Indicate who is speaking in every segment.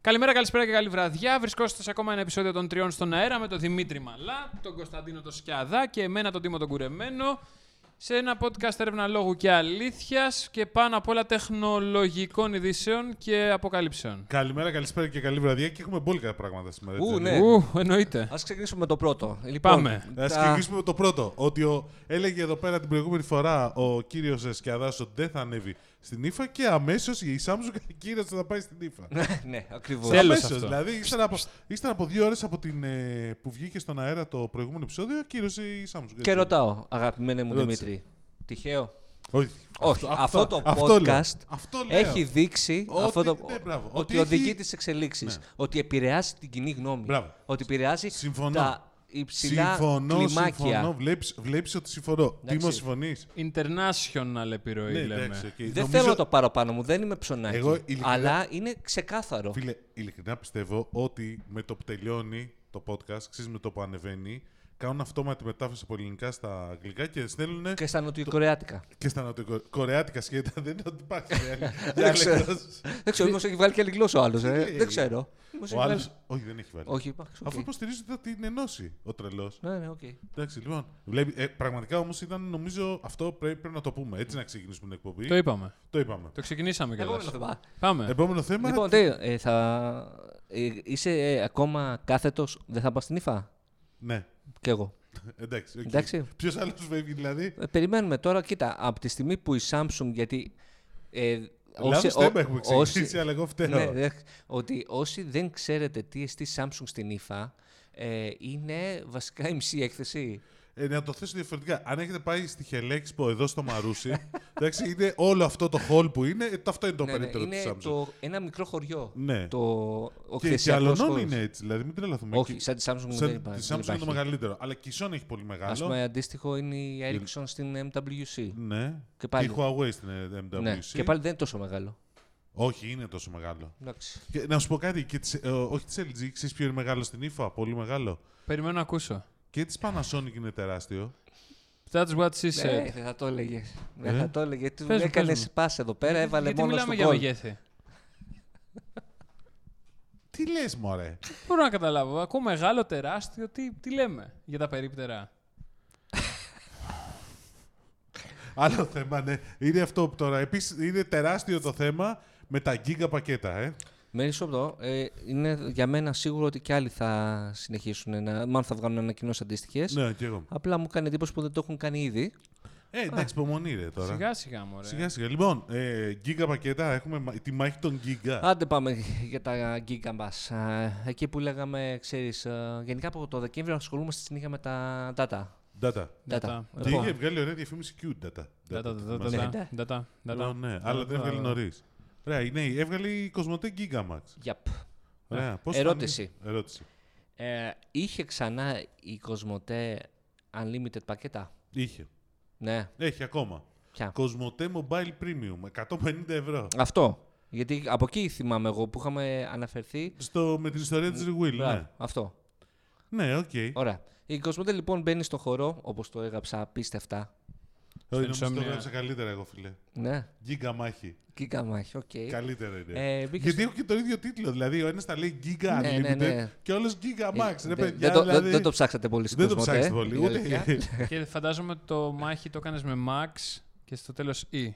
Speaker 1: Καλημέρα, καλησπέρα και καλή βραδιά. Βρισκόστε σε ακόμα ένα επεισόδιο των Τριών στον Αέρα με τον Δημήτρη Μαλά, τον Κωνσταντίνο το Σκιαδά και εμένα τον Τίμο τον Κουρεμένο. Σε ένα podcast έρευνα λόγου και αλήθειας και πάνω απ' όλα τεχνολογικών ειδήσεων και αποκαλύψεων.
Speaker 2: Καλημέρα, καλησπέρα και καλή βραδιά. Και έχουμε μπόλικα πράγματα σήμερα.
Speaker 3: Ου,
Speaker 2: έτσι,
Speaker 3: ναι.
Speaker 2: ε.
Speaker 1: Ου, εννοείται.
Speaker 3: Ας ξεκινήσουμε με το πρώτο. Λοιπόν,
Speaker 1: Πάμε.
Speaker 2: Να ναι. ξεκινήσουμε με το πρώτο. Ότι ο, έλεγε εδώ πέρα την προηγούμενη φορά ο κύριος Εσκιαδά ότι δεν θα ανέβει στην ύφα και αμέσως η Samsung ανακοίνωσε ότι θα πάει στην ύφα.
Speaker 3: ναι, ακριβώς.
Speaker 1: Τέλος
Speaker 2: Αμέσως,
Speaker 1: αυτό.
Speaker 2: Δηλαδή ύστερα από, ύστερα από δύο ώρες από την, ε, που βγήκε στον αέρα το προηγούμενο επεισόδιο, κύρωσε η Samsung.
Speaker 3: Και
Speaker 2: έτσι.
Speaker 3: ρωτάω, αγαπημένε μου
Speaker 2: Ρώτησε.
Speaker 3: Δημήτρη. Τυχαίο.
Speaker 2: Όχι.
Speaker 3: Όχι, αυτό, το
Speaker 2: αυτό λέω.
Speaker 3: podcast
Speaker 2: Αυτό λέω.
Speaker 3: έχει δείξει
Speaker 2: Ότι-
Speaker 3: αυτό το,
Speaker 2: ναι, μπράβο.
Speaker 3: ότι,
Speaker 2: Ότι
Speaker 3: οδηγεί
Speaker 2: έχει- Ναι.
Speaker 3: τις εξελίξεις. Ότι επηρεάζει την κοινή γνώμη.
Speaker 2: Μπράβο.
Speaker 3: Ότι επηρεάζει
Speaker 2: Συμφωνώ.
Speaker 3: τα υψηλά
Speaker 2: συμφωνώ,
Speaker 3: κλιμάκια.
Speaker 2: συμφωνώ. Βλέπεις, βλέπεις ότι συμφωνώ.
Speaker 3: Εντάξει.
Speaker 2: Τίμω, συμφωνείς.
Speaker 1: International επιρροή
Speaker 2: Ναι,
Speaker 1: λέμε.
Speaker 2: εντάξει, οκ.
Speaker 3: Δεν
Speaker 2: Νομίζω-
Speaker 3: θέλω να το πάρω πάνω μου, δεν είμαι ψωνάκι.
Speaker 2: Εγώ ειλικρινά-
Speaker 3: Αλλά είναι ξεκάθαρο.
Speaker 2: Φίλε, ειλικρινά πιστεύω ότι με το που τελειώνει το podcast, ξέρεις με το που ανεβαίνει, κάνουν αυτόματη μετάφραση από ελληνικά στα αγγλικά και στέλνουν
Speaker 3: Και
Speaker 2: και,
Speaker 3: στα νοτιοκορεάτικα.
Speaker 2: στα νοτιοκορεάτικα σχέδια. Δεν είναι ότι υπάρχει άλλη
Speaker 3: Δεν ξέρω.
Speaker 2: διάλεκτος.
Speaker 3: Δεν ξέρω, μήπως έχει βάλει και άλλη γλώσσα ο άλλος.
Speaker 2: Τι-
Speaker 3: Δεν ξέρω. Μήπως έχει
Speaker 2: Ο άλλος,
Speaker 3: βάλει-
Speaker 2: όχι, δεν έχει βάλει.
Speaker 3: Όχι, εντάξει, οκ.
Speaker 2: Αφού υποστηρίζει ότι θα την ενώσει ο τρελός.
Speaker 3: Ναι, ναι, οκ.
Speaker 2: Εντάξει, λοιπόν. Βλέπει, ε, πραγματικά όμως ήταν, νομίζω, αυτό πρέπει, πρέπει να το πούμε. Έτσι να ξεκινήσουμε την εκπομπή.
Speaker 1: Το είπαμε.
Speaker 2: Το είπαμε.
Speaker 1: Το ξεκινήσαμε κιόλας.
Speaker 3: Επόμενο θέμα.
Speaker 1: Πάμε.
Speaker 2: Επόμενο θέμα.
Speaker 3: Λοιπόν, τέλειο. Ε, θα... ε, είσαι ε, ακόμα κάθετος, δεν θα πας στην ΙΦΑ.
Speaker 2: Ναι.
Speaker 3: Κι εγώ.
Speaker 2: Εντάξει.
Speaker 3: Εντάξει.
Speaker 2: Ποιος άλλος φεύγει, δηλαδή.
Speaker 3: Ε, περιμένουμε τώρα, κοίτα, από τη στιγμή που η Samsung. Γιατί. Ε,
Speaker 2: Λάθος
Speaker 3: ό-
Speaker 2: θέμα έχουμε
Speaker 3: όσοι-
Speaker 2: ξεκινήσει, αλλά εγώ φταίω.
Speaker 3: ναι, δε- ότι όσοι δεν ξέρετε τι εστί Samsung στην ΙΦΑ, ε, είναι βασικά η μισή έκθεση.
Speaker 2: Ε, να το θέσω διαφορετικά. Αν έχετε πάει στη Χελέξπο εδώ στο Μαρούσι, εντάξει, είναι όλο αυτό το hall που είναι, ε, το αυτό είναι το
Speaker 3: Ναι, ναι,
Speaker 2: περίπτερο
Speaker 3: είναι
Speaker 2: της Samsung.
Speaker 3: το, ένα μικρό χωριό.
Speaker 2: Ναι.
Speaker 3: Το, ο
Speaker 2: Και, και
Speaker 3: εκθεσιακός
Speaker 2: αλλωνών
Speaker 3: χώρος.
Speaker 2: είναι έτσι, δηλαδή μην τρελαθούμε.
Speaker 3: Όχι,
Speaker 2: Και-
Speaker 3: σαν τη Samsung
Speaker 2: σαν
Speaker 3: δεν
Speaker 2: τη
Speaker 3: υπάρχει.
Speaker 2: Samsung είναι το μεγαλύτερο. Αλλά και η Sony έχει πολύ
Speaker 3: Α
Speaker 2: μεγάλο.
Speaker 3: πούμε, αντίστοιχο είναι η Ericsson στην MWC.
Speaker 2: Ναι.
Speaker 3: Και πάλι.
Speaker 2: η Huawei στην ε, MWC.
Speaker 3: Ναι, και πάλι δεν είναι τόσο μεγάλο.
Speaker 2: Όχι, είναι τόσο μεγάλο.
Speaker 3: Εντάξει.
Speaker 2: Και, να σου πω κάτι, και της, ε, όχι της LG, ξέρεις ποιο είναι μεγάλο στην IFA, πολύ μεγάλο.
Speaker 1: Περιμένω να ακούσω.
Speaker 2: Και
Speaker 3: Ε.
Speaker 2: της Panasonic είναι τεράστιο.
Speaker 1: That's what she said.
Speaker 3: Ε, δεν θα το έλεγες. Δεν θα το έλεγες. Του
Speaker 1: Πες μου,
Speaker 3: έκανες
Speaker 1: πες μου. Ε,
Speaker 3: πα εδώ πέρα, έβαλε
Speaker 1: Γιατί
Speaker 3: μόνο
Speaker 1: μιλάμε
Speaker 3: στο
Speaker 1: για
Speaker 3: γκολ.
Speaker 1: μεγέθη.
Speaker 2: Τι λες, μωρέ.
Speaker 1: Δεν μπορώ να καταλάβω. Ακούω μεγάλο, τεράστιο. Τι, τι λέμε για τα περίπτερα.
Speaker 2: Άλλο θέμα, ναι. Είναι αυτό που τώρα. Επίσης, είναι τεράστιο το θέμα με τα γίγκα πακέτα, ε.
Speaker 3: Μένει σου αυτό. Ε, είναι για μένα σίγουρο ότι και άλλοι θα συνεχίσουν να. Μάλλον θα βγάλουν ανακοινώσεις αντίστοιχες.
Speaker 2: Ναι, και εγώ.
Speaker 3: Απλά μου κάνει εντύπωση που δεν το έχουν κάνει ήδη.
Speaker 2: Ε, εντάξει, υπομονή ρε τώρα.
Speaker 1: Σιγά
Speaker 2: Σιγά
Speaker 1: σιγά, μωρέ.
Speaker 2: σιγά. Λοιπόν, ε, γίγκα πακέτα, έχουμε μα- τη μάχη των γίγκα.
Speaker 3: Άντε πάμε για τα γίγκα μα. Εκεί που λέγαμε, ξέρεις, γενικά από το Δεκέμβριο ασχολούμαστε συνέχεια με τα data.
Speaker 2: Data.
Speaker 3: Data.
Speaker 1: Data.
Speaker 2: Και
Speaker 3: Λοιπόν,
Speaker 2: είχε βγάλει ωραία διαφήμιση Q data.
Speaker 1: Ντατά, ντατά,
Speaker 2: θυμάσαι.
Speaker 1: ντατά,
Speaker 3: Ναι.
Speaker 1: ντατά,
Speaker 2: Λοιπόν,
Speaker 1: ντατά.
Speaker 2: Ναι, αλλά την έβγαλε νωρίς. Ωραία, ναι, έβγαλε η Κοσμοτέ Gigamax.
Speaker 3: Yep.
Speaker 2: Ωραία, πώς
Speaker 3: Ερώτηση.
Speaker 2: φάνηκε? Ερώτηση.
Speaker 3: Ε, είχε ξανά η Κοσμοτέ Unlimited πακέτα.
Speaker 2: Είχε.
Speaker 3: Ναι.
Speaker 2: Έχει ακόμα.
Speaker 3: Ποια.
Speaker 2: Κοσμοτέ Mobile Premium, 150 ευρώ.
Speaker 3: Αυτό. Γιατί από εκεί θυμάμαι εγώ που είχαμε αναφερθεί.
Speaker 2: Στο, με την ιστορία της Rewill, ναι.
Speaker 3: Μπράβο, Αυτό.
Speaker 2: Ναι, οκ.
Speaker 3: Ωραία. Η Κοσμοτέ λοιπόν μπαίνει στο χορό, όπως το έγραψα απίστευτα.
Speaker 2: Όχι, νομίζω
Speaker 1: Insomnia.
Speaker 2: το έγραψα καλύτερα εγώ, φίλε.
Speaker 3: Ναι.
Speaker 2: Γίγκα μάχη.
Speaker 3: Κίκα μάχη, οκ.
Speaker 2: Καλύτερα είναι.
Speaker 3: Ε, μπήκες
Speaker 2: Γιατί έχουν και τον ίδιο τίτλο. Δηλαδή, ο ένας τα λέει Giga
Speaker 3: Ναι, ναι,
Speaker 2: Unlimited
Speaker 3: ναι.
Speaker 2: και όλο Giga
Speaker 3: στο-
Speaker 2: Max.
Speaker 3: Ε,
Speaker 2: Ρε,
Speaker 3: δεν-
Speaker 2: παιδιά,
Speaker 3: δεν το-
Speaker 2: δηλαδή,
Speaker 3: δεν- δεν το ψάξατε πολύ στην
Speaker 2: δεν το
Speaker 3: Κοσμοτέ.
Speaker 2: ψάξατε πολύ.
Speaker 3: η αλήθεια.
Speaker 2: Ούτε,
Speaker 1: Και φαντάζομαι το μάχη το έκανες με Max και στο τέλος E.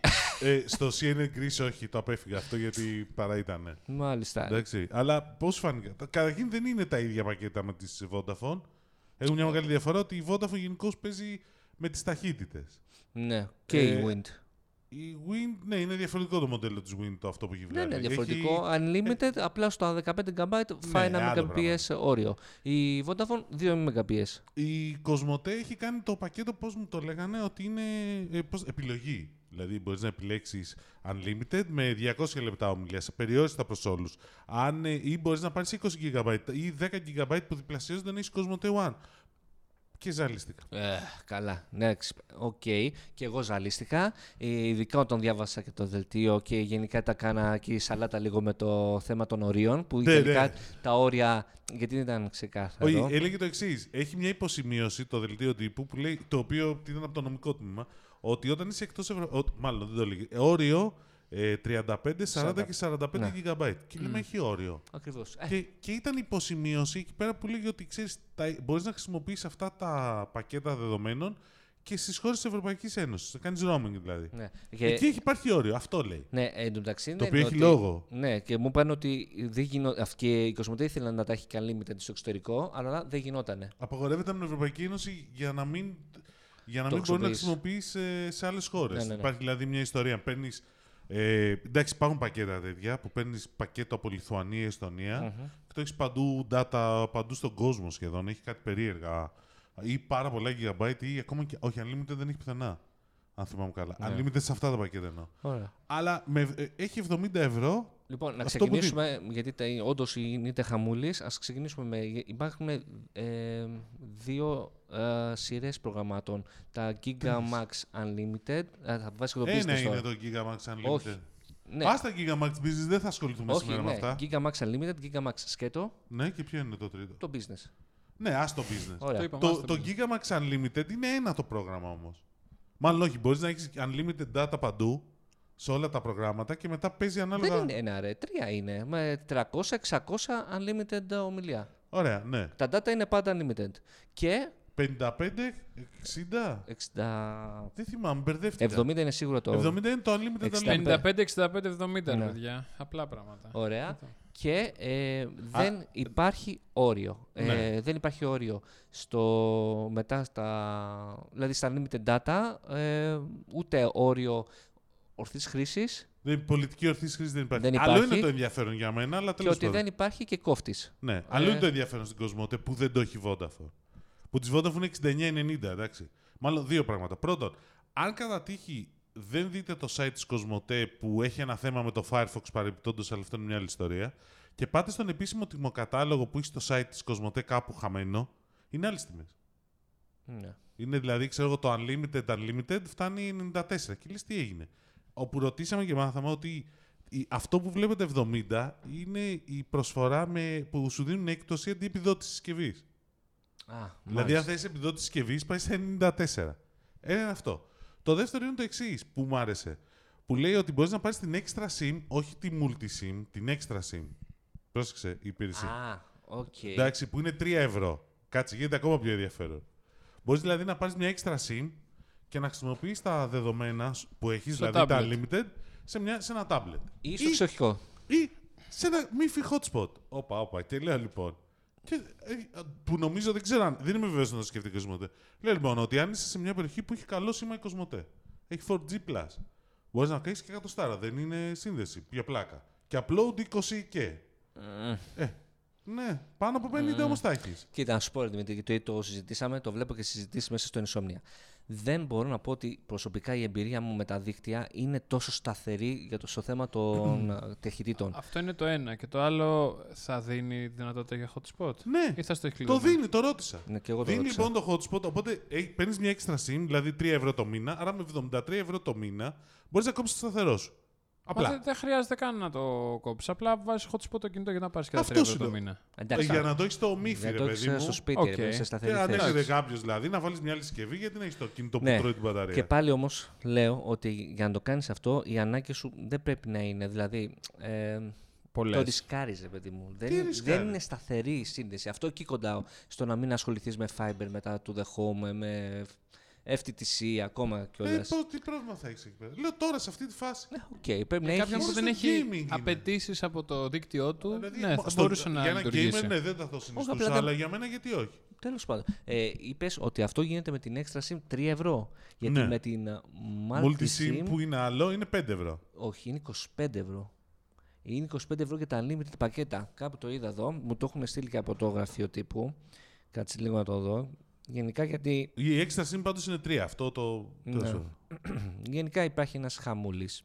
Speaker 2: ε, στο CNN Greece όχι, το απέφυγα αυτό γιατί παρά ήταν.
Speaker 3: Μάλιστα.
Speaker 2: Εντάξει. Αλλά πώς φάνηκε. Τα- Καταρχήν δεν είναι τα ίδια πακέτα με τη Vodafone. Έχουν μια μεγάλη διαφορά ότι η Vodafone γενικώς παίζει με τις ταχύτητες.
Speaker 3: Ναι. Και
Speaker 2: Ε,
Speaker 3: η Wind.
Speaker 2: Η Wind, ναι, είναι διαφορετικό το μοντέλο της Wind το αυτό που έχει
Speaker 3: Ναι,
Speaker 2: βγάλει.
Speaker 3: ναι, διαφορετικό. Unlimited, απλά στο 15 GB φάει
Speaker 2: Ναι,
Speaker 3: ένα
Speaker 2: άλλο
Speaker 3: Mbps όριο. Η Vodafone 2 Mbps.
Speaker 2: Έχει... Η Κοσμοτέ έχει κάνει το πακέτο, πώς μου το λέγανε, ότι είναι ε, πώς, επιλογή. Δηλαδή, μπορείς να επιλέξεις unlimited με 200 λεπτά ομιλία, σε περιόριστα προς όλους. Αν, ε, ή μπορείς να πάρεις 20 GB ή 10 GB που διπλασιάζονται αν έχεις Κοσμοτέ One. Και ζαλίστηκα.
Speaker 3: Ε, καλά, ναι, ξυπ- οκ. Και εγώ ζαλίστηκα, ε, ειδικά όταν διάβασα και το δελτίο και γενικά τα κάνα και η σαλάτα λίγο με το θέμα των ορίων, που
Speaker 2: Ναι,
Speaker 3: τελικά
Speaker 2: ναι.
Speaker 3: τα όρια, γιατί δεν ήταν ξεκάθαρο.
Speaker 2: Όχι, ε, έλεγε το εξής. Έχει μια υποσημείωση το δελτίο τύπου που λέει, το οποίο ήταν από το νομικό τμήμα, ότι όταν είσαι εκτός Ευρωπαϊκή. Μάλλον δεν το λέγει. Όριο ε, 35, 40 και 45
Speaker 3: Ναι.
Speaker 2: GB. Και λέμε έχει όριο.
Speaker 3: Ακριβώς.
Speaker 2: Και, και ήταν υποσημείωση εκεί πέρα που λέγει ότι ξέρεις, τα, μπορείς να χρησιμοποιείς αυτά τα πακέτα δεδομένων και στις χώρες της Ευρωπαϊκής Ένωσης. Να κάνεις roaming δηλαδή.
Speaker 3: Ναι. Και-
Speaker 2: Εκεί έχει υπάρχει όριο. Αυτό λέει.
Speaker 3: Ναι, εν τω μεταξύ είναι.
Speaker 2: οποίο έχει
Speaker 3: ότι-
Speaker 2: λόγο.
Speaker 3: Ναι, και μου είπαν ότι δεν γινο... αυ- και η Κοσμοτέ ήθελε να τα έχει καλή με στο εξωτερικό, αλλά δεν γινότανε.
Speaker 2: Απαγορεύεται από την Ευρωπαϊκή Ένωση για να μην, για να
Speaker 3: Το
Speaker 2: μην μπορεί να
Speaker 3: χρησιμοποιείς.
Speaker 2: χρησιμοποιείς ε, σε άλλες χώρες.
Speaker 3: Ναι, ναι, ναι.
Speaker 2: Υπάρχει δηλαδή μια ιστορία. Παίρνεις, ε, εντάξει, υπάρχουν πακέτα τέτοια που παίρνεις πακέτο από Λιθουανία, Εστονία και το έχεις παντού data, παντού στον κόσμο σχεδόν. Έχει κάτι περίεργα. Ή πάρα πολλά gigabyte ή ακόμα και... Όχι, Unlimited δεν έχει πουθενά. Αν θυμάμαι καλά.
Speaker 3: Ναι.
Speaker 2: Unlimited σε αυτά τα πακέτα εννοώ.
Speaker 3: Ωραία.
Speaker 2: Αλλά με, ε, έχει 70 ευρώ
Speaker 3: Λοιπόν, να
Speaker 2: Αυτό που δίνει.
Speaker 3: ξεκινήσουμε, γιατί όντως είναι χαμούλη, ας ξεκινήσουμε με. Υπάρχουν ε, δύο ε, σειρές προγραμμάτων. Τα Giga Max Unlimited. ε, θα βάζεις το
Speaker 2: ένα
Speaker 3: business
Speaker 2: ναι, είναι
Speaker 3: τώρα.
Speaker 2: το Gigamax Unlimited.
Speaker 3: Όχι. Ναι,
Speaker 2: Πας τα Gigamax Business, δεν θα ασχοληθούμε
Speaker 3: όχι,
Speaker 2: σήμερα
Speaker 3: ναι.
Speaker 2: με αυτά.
Speaker 3: Giga Max Unlimited, Giga Max σκέτο,
Speaker 2: Ναι, και ποιο είναι το τρίτο.
Speaker 3: το business.
Speaker 2: Ναι, ας το business.
Speaker 3: Ωραία.
Speaker 1: Το είπα.
Speaker 2: Το,
Speaker 1: Μάστε
Speaker 2: το
Speaker 1: μου.
Speaker 2: Gigamax Unlimited είναι ένα το πρόγραμμα όμως. Μάλλον όχι, μπορείς να έχεις unlimited data παντού σε όλα τα προγράμματα και μετά παίζει ανάλογα.
Speaker 3: Δεν είναι ένα ρε, τρία είναι. Με 300-600 unlimited ε, ομιλία.
Speaker 2: Ωραία, ναι.
Speaker 3: Τα data είναι πάντα unlimited. Και
Speaker 2: 55, 60.
Speaker 3: 60...
Speaker 2: Δεν θυμάμαι, μπερδεύτηκα.
Speaker 3: 70 είναι σίγουρο το.
Speaker 2: 70 είναι το unlimited
Speaker 3: 60.
Speaker 2: unlimited.
Speaker 1: 55-65-70, ρε
Speaker 3: Ναι.
Speaker 1: παιδιά. Απλά πράγματα.
Speaker 3: Ωραία. Και ε, δεν υπάρχει όριο. Ε,
Speaker 2: Ναι.
Speaker 3: Δεν υπάρχει όριο στο, μετά στα, δηλαδή στα limited data, ε, ούτε όριο ορθής χρήσης
Speaker 2: Δεν- Πολιτική ορθής χρήσης δεν υπάρχει.
Speaker 3: Δεν
Speaker 2: Άλλο
Speaker 3: υπάρχει.
Speaker 2: είναι το ενδιαφέρον για μένα, αλλά
Speaker 3: και
Speaker 2: τέλος
Speaker 3: ότι
Speaker 2: πάντων.
Speaker 3: δεν υπάρχει και κόφτης.
Speaker 2: Ναι, αλλού είναι το ενδιαφέρον στην Κοσμοτέ που δεν το έχει Vodafone. Που της Vodafone είναι 69-90, εντάξει. Μάλλον δύο πράγματα. Πρώτον, αν κατά τύχη δεν δείτε το site της Κοσμοτέ που έχει ένα θέμα με το Firefox παρεμπιπτόντως, αλλά αυτό είναι μια άλλη ιστορία, και πάτε στον επίσημο τιμοκατάλογο που έχει στο site της Κοσμοτέ κάπου χαμένο, είναι άλλες τιμές.
Speaker 3: Ναι.
Speaker 2: Είναι δηλαδή, ξέρω εγώ, το Unlimited Unlimited φτάνει 94. Και λες τι έγινε. Όπου ρωτήσαμε και μάθαμε ότι η- αυτό που βλέπετε 70 είναι η προσφορά με, που σου δίνουν έκπτωση αντί επιδότησης συσκευής.
Speaker 3: Α,
Speaker 2: Δηλαδή, αν
Speaker 3: μάλιστα.
Speaker 2: θες επιδότηση συσκευής, πάει σε 94. Ένα είναι αυτό. Το δεύτερο είναι το εξής που μου άρεσε. Που λέει ότι μπορείς να πάρεις την extra SIM, όχι τη multi SIM, την extra SIM. Πρόσεξε η υπηρεσία.
Speaker 3: Α, οκ.
Speaker 2: Εντάξει, που είναι 3 ευρώ. Κάτσε, γίνεται ακόμα πιο ενδιαφέρον. Μπορείς δηλαδή να πάρεις μια extra SIM και να χρησιμοποιείς τα δεδομένα σου που έχεις,
Speaker 1: Στο
Speaker 2: δηλαδή τα
Speaker 1: tablet.
Speaker 2: unlimited, σε, μια, σε ένα tablet.
Speaker 3: Ή στο εξοχικό.
Speaker 2: ή σε ένα μύφι hotspot. Όπα, όπα, και λέω λοιπόν. Και, ε, που νομίζω δεν ξέρω αν. Δεν είμαι βέβαιος να το σκεφτεί η Κοσμοτέ. Λέω λοιπόν ότι αν είσαι σε μια περιοχή που έχει καλό σήμα η Κοσμοτέ, έχει 4G, μπορείς να κάνει και 100 στάρα. Δεν είναι σύνδεση, για πλάκα. Και upload 20 και. Ε, ναι, πάνω από 50 όμως τα έχεις.
Speaker 3: Κοίτα, να σου πω, ρε Δημήτρη, γιατί το, το συζητήσαμε, το βλέπω και συζητήσεις μέσα στο Insomnia. Δεν μπορώ να πω ότι προσωπικά η εμπειρία μου με τα δίκτυα είναι τόσο σταθερή για το, στο θέμα των ε, ταχυτήτων.
Speaker 1: Αυτό είναι το ένα. Και το άλλο θα δίνει δυνατότητα για hotspot.
Speaker 2: Ναι.
Speaker 1: Ή θα στο έχει
Speaker 2: Το
Speaker 1: κλειδωμένο?
Speaker 2: δίνει, το ρώτησα.
Speaker 3: Ναι, και εγώ το
Speaker 2: δίνει
Speaker 3: ρώτησα.
Speaker 2: λοιπόν το hotspot, οπότε παίρνεις μια extra SIM, δηλαδή 3 ευρώ το μήνα, άρα με 73 ευρώ το μήνα μπορείς να κόψεις το σταθερός σου.
Speaker 1: Μα
Speaker 2: Απλά.
Speaker 1: Δεν, δεν χρειάζεται καν να το κόψεις. Απλά βάζεις hotspot το κινητό για να πάρεις και τα
Speaker 2: Αυτό
Speaker 1: 3 ευρώ
Speaker 2: σου
Speaker 1: το
Speaker 2: λέω.
Speaker 1: μήνα.
Speaker 3: Εντάξει,
Speaker 2: για
Speaker 3: αλλά
Speaker 2: να το έχεις το μύφι,
Speaker 3: δεν
Speaker 2: ρε
Speaker 3: το
Speaker 2: παιδί
Speaker 3: έχεις
Speaker 2: μου. Ε,
Speaker 3: στο σπίτι, ρε,
Speaker 1: Οκ.
Speaker 3: παιδί, σε σταθερή
Speaker 2: Και αν
Speaker 3: θέση.
Speaker 2: έρχεται κάποιος δηλαδή να βάλεις μια άλλη συσκευή, γιατί να έχεις το κινητό που
Speaker 3: Ναι.
Speaker 2: τρώει την μπαταρία.
Speaker 3: Και πάλι όμως λέω ότι για να το κάνεις αυτό, οι ανάγκη σου δεν πρέπει να είναι. Δηλαδή, ε,
Speaker 1: Πολλές.
Speaker 3: το ρισκάρει, ρε παιδί μου. Δεν, είναι-
Speaker 2: ρισκάρεις?
Speaker 3: δεν είναι σταθερή η σύνδεση. Αυτό εκεί κοντάω στο να μην ασχοληθείς με fiber μετά του the home, με FTTC ακόμα
Speaker 2: ε,
Speaker 3: κιόλας.
Speaker 2: πω, τι πρόβλημα θα έχεις εκεί πέρα. Λέω τώρα σε αυτή τη φάση.
Speaker 3: Ε, Οκ, πρέπει να
Speaker 1: Κάποιον
Speaker 3: έχει.
Speaker 2: Μόνο
Speaker 1: που δεν
Speaker 2: στο
Speaker 1: έχει
Speaker 2: gaming είναι.
Speaker 1: απαιτήσεις από το δίκτυό του,
Speaker 2: Δηλαδή,
Speaker 1: ναι, θα
Speaker 2: στο-
Speaker 1: μπορούσε να
Speaker 2: για ένα gamer,
Speaker 1: λειτουργήσει.
Speaker 2: ναι, δεν θα το συνιστούσα,
Speaker 3: απλά δεν-
Speaker 2: αλλά για μένα γιατί όχι.
Speaker 3: Τέλος πάντων, ε, είπες ότι αυτό γίνεται με την extra SIM 3 ευρώ. Γιατί
Speaker 2: Ναι.
Speaker 3: με την ε,
Speaker 2: Multi
Speaker 3: multi
Speaker 2: SIM
Speaker 3: SIM.
Speaker 2: που είναι άλλο είναι 5 ευρώ.
Speaker 3: Όχι, είναι 25 ευρώ. Είναι 25 ευρώ για τα unlimited πακέτα. Κάπου το είδα εδώ, μου το έχουν στείλει και από το γραφείο τύπου. Κάτσε λίγο να το δω. Γενικά, γιατί
Speaker 2: Η extra SIM πάντως είναι 3. Αυτό το.
Speaker 3: Ναι.
Speaker 2: τέλος πάντων.
Speaker 3: γενικά υπάρχει ένας χαμούλης.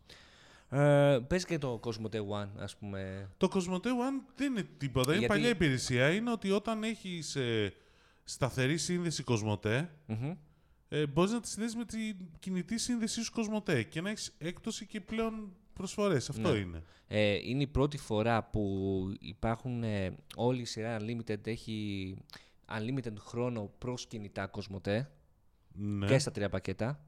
Speaker 3: Ε, πες και το Cosmote One, ας πούμε.
Speaker 2: Το Cosmote One δεν είναι τίποτα. Είναι
Speaker 3: Γιατί-
Speaker 2: παλιά υπηρεσία. Είναι ότι όταν έχεις σταθερή σύνδεση Cosmote,
Speaker 3: Μμμ.
Speaker 2: ε, μπορείς να τη συνδέσεις με την κινητή σύνδεσή σου Cosmote και να έχεις έκπτωση και πλέον προσφορές. Αυτό είναι.
Speaker 3: Ε, είναι η πρώτη φορά που υπάρχουν ε, όλη η σειρά Unlimited έχει unlimited χρόνο προς κινητά Cosmote
Speaker 2: Ναι.
Speaker 3: και στα τρία πακέτα.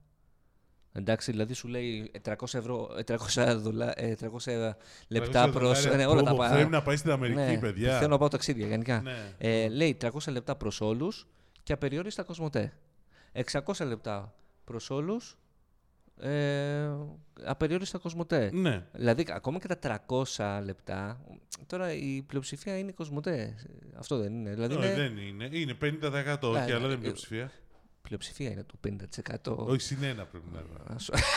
Speaker 3: Εντάξει, δηλαδή σου λέει 300, ευρώ, 300, δολα, ε, 300 λεπτά
Speaker 2: 300
Speaker 3: προ.
Speaker 2: δολάρια
Speaker 3: Ναι, όλα τα
Speaker 2: promo
Speaker 3: πα-
Speaker 2: ε, Πρέπει να πάει στην Αμερική,
Speaker 3: ναι,
Speaker 2: παιδιά.
Speaker 3: Θέλω να πάω ταξίδια γενικά.
Speaker 2: Ναι.
Speaker 3: Ε, λέει 300 λεπτά προς όλους και απεριόριστα κοσμοτέ. 600 λεπτά προς όλους. Ε, απεριόριστα κοσμοτέ.
Speaker 2: Ναι.
Speaker 3: Δηλαδή, ακόμα και τα 300 λεπτά, τώρα η πλειοψηφία είναι κοσμοτέ. Αυτό δεν είναι. Δηλαδή,
Speaker 2: Όχι,
Speaker 3: είναι...
Speaker 2: δεν είναι. Είναι 50% όχι,
Speaker 3: Ναι,
Speaker 2: αλλά
Speaker 3: ναι.
Speaker 2: δεν είναι πλειοψηφία.
Speaker 3: πλειοψηφία είναι το 50%.
Speaker 2: Όχι, συνένα πρέπει να είναι.
Speaker 3: Να σου-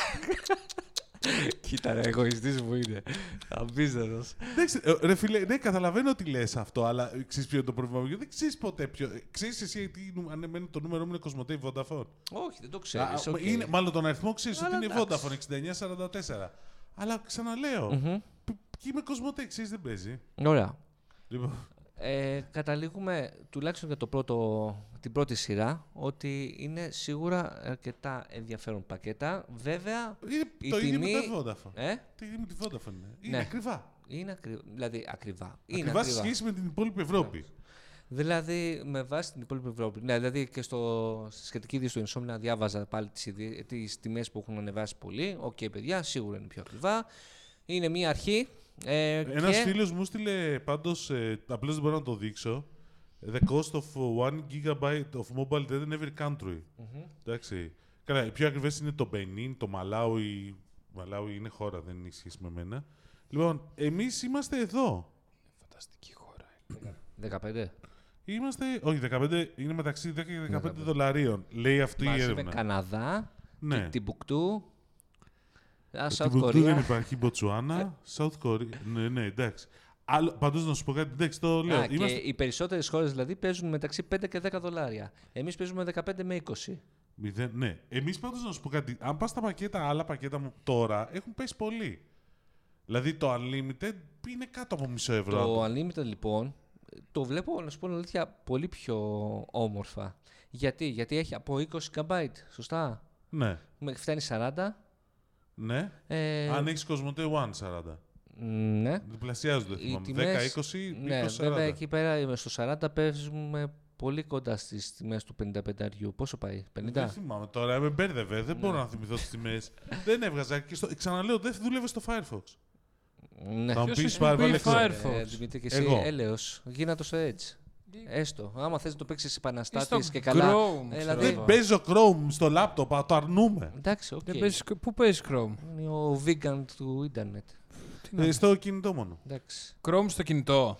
Speaker 3: Κοίτα, ρε, εγωιστής μου είναι. Απίστευτος.
Speaker 2: Εντάξει, ε, ρε φίλε, ναι, καταλαβαίνω τι λες αυτό, αλλά ξέρεις ποιο είναι το πρόβλημα. Γιατί δεν ξέρεις ποτέ ποιο. Ξέρεις εσύ τι, νου- αν εμένα το νούμερό μου είναι Κοσμοτέ ή Vodafone.
Speaker 3: Όχι, δεν το
Speaker 2: Α,
Speaker 3: ξέρεις. οκ.
Speaker 2: είναι, μάλλον τον αριθμό ξέρεις ότι
Speaker 3: Αλλά
Speaker 2: είναι
Speaker 3: εντάξει.
Speaker 2: Vodafone 6944. Αλλά ξαναλέω.
Speaker 3: Μμμ.
Speaker 2: π- Και είμαι Κοσμοτέ, ξέρεις δεν παίζει.
Speaker 3: Ωραία.
Speaker 2: Λοιπόν,
Speaker 3: Ε, καταλήγουμε, τουλάχιστον για το πρώτο, την πρώτη σειρά, ότι είναι σίγουρα αρκετά ενδιαφέρον πακέτα. Βέβαια,
Speaker 2: είναι
Speaker 3: Η
Speaker 2: το ίδιο
Speaker 3: τιμή-
Speaker 2: με τη Vodafone.
Speaker 3: ε,
Speaker 2: Το ίδιο με τη Vodafone. είναι. Είναι
Speaker 3: Ναι.
Speaker 2: ακριβά.
Speaker 3: είναι ακρι... δηλαδή ακριβά. Είναι
Speaker 2: Ακριβά σε
Speaker 3: ακριβά.
Speaker 2: σχέση με την υπόλοιπη Ευρώπη.
Speaker 3: Δηλαδή, με βάση την υπόλοιπη Ευρώπη. Ναι, δηλαδή και στο, στη σχετική είδηση του Insomnia διάβαζα πάλι τις, ειδη- τις τιμές που έχουν ανεβάσει πολύ. Οκ, παιδιά, σίγουρα είναι πιο ακριβά. Είναι μία αρχή. Ε,
Speaker 2: Ένας
Speaker 3: και...
Speaker 2: φίλος μου στείλε πάντως. Ε, Απλώς δεν μπορώ να το δείξω. ε, The cost of one gigabyte of mobile data in every country. Εντάξει. Καλά, οι πιο ακριβές είναι το Μπενίν, το Μαλάουι. Μαλάουι είναι χώρα, δεν έχει σχέση με μένα. Λοιπόν, εμείς είμαστε εδώ.
Speaker 1: Φανταστική χώρα.
Speaker 3: 15.
Speaker 2: Είμαστε, όχι, 15, είναι μεταξύ 10 και 15 δολαρίων, λέει αυτή η
Speaker 3: Μαζί με
Speaker 2: έρευνα.
Speaker 3: Καναδά,
Speaker 2: Ναι.
Speaker 3: την Μπουκτού, α,
Speaker 2: Στην
Speaker 3: South
Speaker 2: Μπουρκού δεν
Speaker 3: Korea.
Speaker 2: υπάρχει Μποτσουάνα, South Korea. Ναι, ναι, εντάξει. Άλλο, πάντως να σου πω κάτι, εντάξει, το λέω.
Speaker 3: Α, και
Speaker 2: Ναι, Είμαστε-
Speaker 3: οι περισσότερες χώρες δηλαδή παίζουν μεταξύ 5 και 10 δολάρια. Εμείς παίζουμε 15 με 20.
Speaker 2: Μηδέν, ναι. Εμείς πάντως να σου πω κάτι. Αν πας στα πακέτα, άλλα πακέτα μου τώρα έχουν πέσει πολύ. Δηλαδή το Unlimited είναι κάτω από μισό ευρώ.
Speaker 3: Το Unlimited λοιπόν το βλέπω να σου πω την αλήθεια πολύ πιο όμορφα. Γιατί, γιατί έχει από 20 GB, σωστά.
Speaker 2: Ναι.
Speaker 3: Με- Φτάνει 40.
Speaker 2: ναι.
Speaker 3: Ε,
Speaker 2: Αν έχεις Κοσμοτέ One 40.
Speaker 3: ναι.
Speaker 2: Διπλασιάζονται.
Speaker 3: Οι
Speaker 2: θυμάμαι.
Speaker 3: τιμές-
Speaker 2: 10, 20,
Speaker 3: Ναι,
Speaker 2: 20, 40.
Speaker 3: βέβαια εκεί πέρα είμαι στο 40 παίζουμε πολύ κοντά στις τιμές του 55 αριού. Πόσο πάει, 50.
Speaker 2: Δεν θυμάμαι τώρα, με μπέρδευε.
Speaker 3: Ναι.
Speaker 2: Δεν μπορώ να θυμηθώ τις τιμές. δεν έβγαζα. Και στο... Ξαναλέω, δεν δούλευε στο Firefox.
Speaker 3: Ναι.
Speaker 2: Θα μου
Speaker 1: Ποιος
Speaker 2: πεις
Speaker 1: έχει πει
Speaker 2: Firefox.
Speaker 1: Firefox?
Speaker 3: Ε,
Speaker 1: Firefox.
Speaker 3: Δημήτρη, και εσύ
Speaker 2: Εγώ.
Speaker 3: έλεος. Γίνατο στο Edge. Έστω. Άμα θες να το παίξεις επαναστάτης
Speaker 1: στο
Speaker 3: και καλά.
Speaker 1: Chrome,
Speaker 3: Ε,
Speaker 1: ξέρω
Speaker 3: δηλαδή,
Speaker 1: εγώ.
Speaker 2: Δεν παίζω Chrome στο λάπτοπ, α, το αρνούμε.
Speaker 3: εντάξει, οκ.
Speaker 1: Δεν παίζεις- Πού παίζεις Chrome.
Speaker 3: Είναι ο vegan του ίντερνετ. Ναι.
Speaker 2: Ε, στο κινητό μόνο.
Speaker 3: Εντάξει.
Speaker 1: Chrome στο κινητό.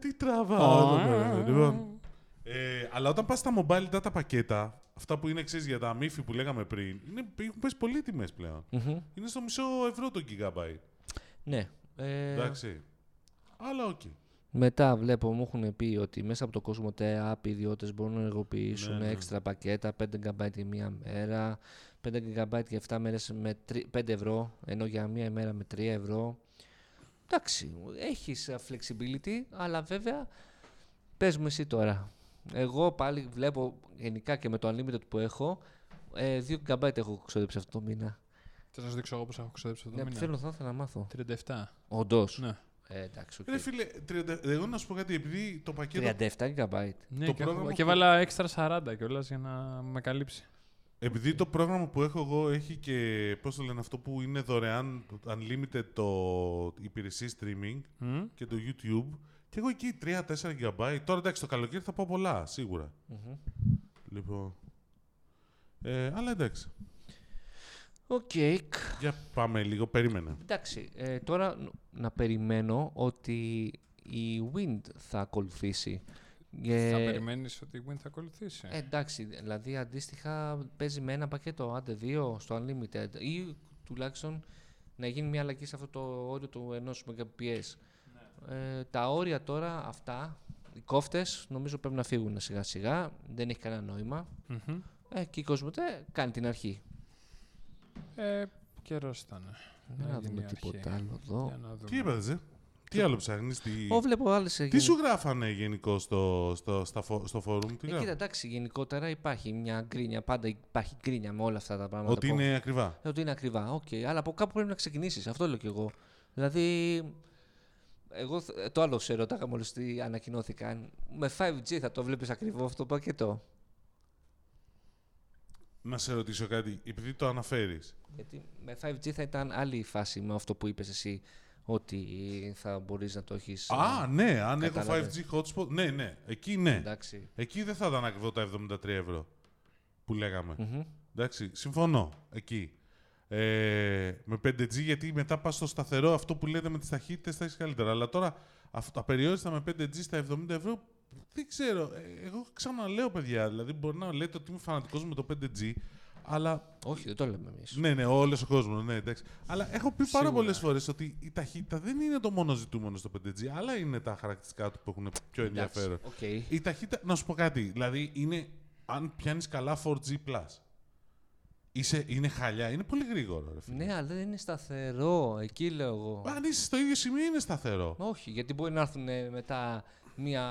Speaker 2: Τι τραβάω εδώ
Speaker 1: Α,
Speaker 2: πέρα,
Speaker 1: α,
Speaker 2: λοιπόν. Ε, αλλά όταν πας στα mobile data πακέτα, αυτά που είναι ξέρεις για τα μύφη που λέγαμε πριν, είναι, έχουν πέσει πολύ τιμές πλέον.
Speaker 3: Μμμ.
Speaker 2: Είναι στο μισό ευρώ το gigabyte.
Speaker 3: Ναι. Ε,
Speaker 2: Εντάξει. Αλλά οκ.
Speaker 3: μετά βλέπω, μου έχουν πει ότι μέσα από το κόσμο ΤΕΑΠ οι ιδιώτες μπορούν να ενεργοποιήσουν
Speaker 2: Ναι, ναι.
Speaker 3: έξτρα πακέτα, 5 GB για μία μέρα, 5 GB για 7 μέρες με τρι- 5 ευρώ, ενώ για μία ημέρα με 3 ευρώ. Εντάξει, έχεις α, flexibility, αλλά βέβαια πες μου εσύ τώρα. Εγώ πάλι βλέπω γενικά και με το unlimited που έχω, ε, 2 GB έχω ξοδέψει αυτό το μήνα.
Speaker 1: Θα σα δείξω εγώ πώ έχω ξοδέψει αυτό
Speaker 3: Ναι,
Speaker 1: το μήνα.
Speaker 3: θέλω, θα ήθελα να μάθω.
Speaker 1: 37.
Speaker 3: Όντως.
Speaker 1: Ναι.
Speaker 3: Ε, εντάξει, οκ.
Speaker 2: Ρε φίλε, 30 εγώ να σου πω κάτι, επειδή το πακέτο,
Speaker 3: 37 GB.
Speaker 1: Ναι,
Speaker 2: Το
Speaker 1: και, έχω-
Speaker 2: πρόγραμμα
Speaker 1: και
Speaker 2: που-
Speaker 1: βάλα έξτρα 40 κιόλας για να με καλύψει.
Speaker 2: επειδή το πρόγραμμα που έχω εγώ έχει και, πώς το λένε, αυτό που είναι δωρεάν, unlimited το η υπηρεσία streaming
Speaker 1: Μμ.
Speaker 2: και το YouTube, και εγώ εκεί 3-4 GB. Τώρα εντάξει, το καλοκαίρι θα πάω πολλά, σίγουρα.
Speaker 3: Μμμ.
Speaker 2: Λοιπόν. Ε, αλλά εντάξει.
Speaker 3: Οκ.
Speaker 2: Για πάμε λίγο, περίμενα.
Speaker 3: Εντάξει, ε, τώρα ν- να περιμένω ότι η Wind θα ακολουθήσει. Ε,
Speaker 1: Θα περιμένεις ότι η Win θα ακολουθήσει.
Speaker 3: ε, εντάξει, δηλαδή αντίστοιχα παίζει με ένα πακέτο, άντε δύο, στο Unlimited ή τουλάχιστον να γίνει μια αλλαγή σε αυτό το όριο του 1 Mbps.
Speaker 1: Ναι.
Speaker 3: Ε, τα όρια τώρα αυτά, οι κόφτες, νομίζω πρέπει να φύγουν σιγά σιγά, δεν έχει κανένα νόημα.
Speaker 1: Μμμ.
Speaker 3: Ε, και η Κοσμοτέ κάνει την αρχή.
Speaker 1: Ε, καιρός ήταν.
Speaker 3: Να,
Speaker 1: γίνει
Speaker 3: δούμε
Speaker 1: η αρχή.
Speaker 3: τίποτα άλλο εδώ.
Speaker 1: Για να δούμε.
Speaker 2: Τι έπαθες, ε? Τι άλλο ψάχνεις, τι...
Speaker 3: Ω, βλέπω άλλες.
Speaker 2: Τι σου γράφανε γενικώ στο, στο, στα φο- στο φόρουμ, τι
Speaker 3: Ε, κοίτα,
Speaker 2: γράφανε.
Speaker 3: εντάξει, γενικότερα υπάρχει μια γκρίνια. Πάντα υπάρχει γκρίνια με όλα αυτά τα πράγματα.
Speaker 2: Ότι
Speaker 3: που-
Speaker 2: είναι ακριβά.
Speaker 3: Ε, ότι είναι ακριβά. Οκ. Αλλά από κάπου πρέπει να ξεκινήσεις. Αυτό λέω κι εγώ. Δηλαδή. Εγώ θ- ε, το άλλο σε ρωτάγα μόλις τι ανακοινώθηκαν. Με 5G θα το βλέπεις ακριβό αυτό το πακέτο.
Speaker 2: Να σε ρωτήσω κάτι, επειδή το αναφέρεις.
Speaker 3: Γιατί με 5G θα ήταν άλλη η φάση με αυτό που είπες εσύ ότι θα μπορείς να το έχεις...
Speaker 2: Α,
Speaker 3: ε,
Speaker 2: ναι, αν έχω
Speaker 3: κατάλαβες.
Speaker 2: 5G hotspot. Ναι, ναι, εκεί ναι.
Speaker 3: Εντάξει.
Speaker 2: Εκεί δεν θα ήταν ακριβό τα 73 ευρώ που λέγαμε.
Speaker 3: Μμμ.
Speaker 2: Εντάξει, συμφωνώ εκεί. Ε, με 5G γιατί μετά πας στο σταθερό αυτό που λέτε με τις ταχύτητες θα έχεις καλύτερα. Αλλά τώρα αυτά περιόριστα με 5G στα 70 ευρώ δεν ξέρω. Ε, Εγώ ξαναλέω παιδιά, δηλαδή μπορεί να λέτε ότι είμαι φανατικός με το 5G αλλά
Speaker 3: Όχι, δεν το λέμε εμείς.
Speaker 2: ναι, ναι, όλος ο κόσμος. Ναι, εντάξει. Αλλά έχω πει πάρα πολλές φορές ότι η ταχύτητα δεν είναι το μόνο ζητούμενο στο 5G, αλλά είναι τα χαρακτηριστικά του που έχουν πιο
Speaker 3: Εντάξει,
Speaker 2: ενδιαφέρον.
Speaker 3: Οκ.
Speaker 2: Η ταχύτητα, να σου πω κάτι. Δηλαδή, είναι αν πιάνεις καλά 4G. Είσαι, είναι χαλιά, είναι πολύ γρήγορο. Ρε, φίλε.
Speaker 3: Ναι, αλλά δεν είναι σταθερό. Εκεί λέω εγώ.
Speaker 2: Αν είσαι στο ίδιο σημείο, είναι σταθερό.
Speaker 3: Όχι, γιατί μπορεί να έρθουν ε, μετά μια,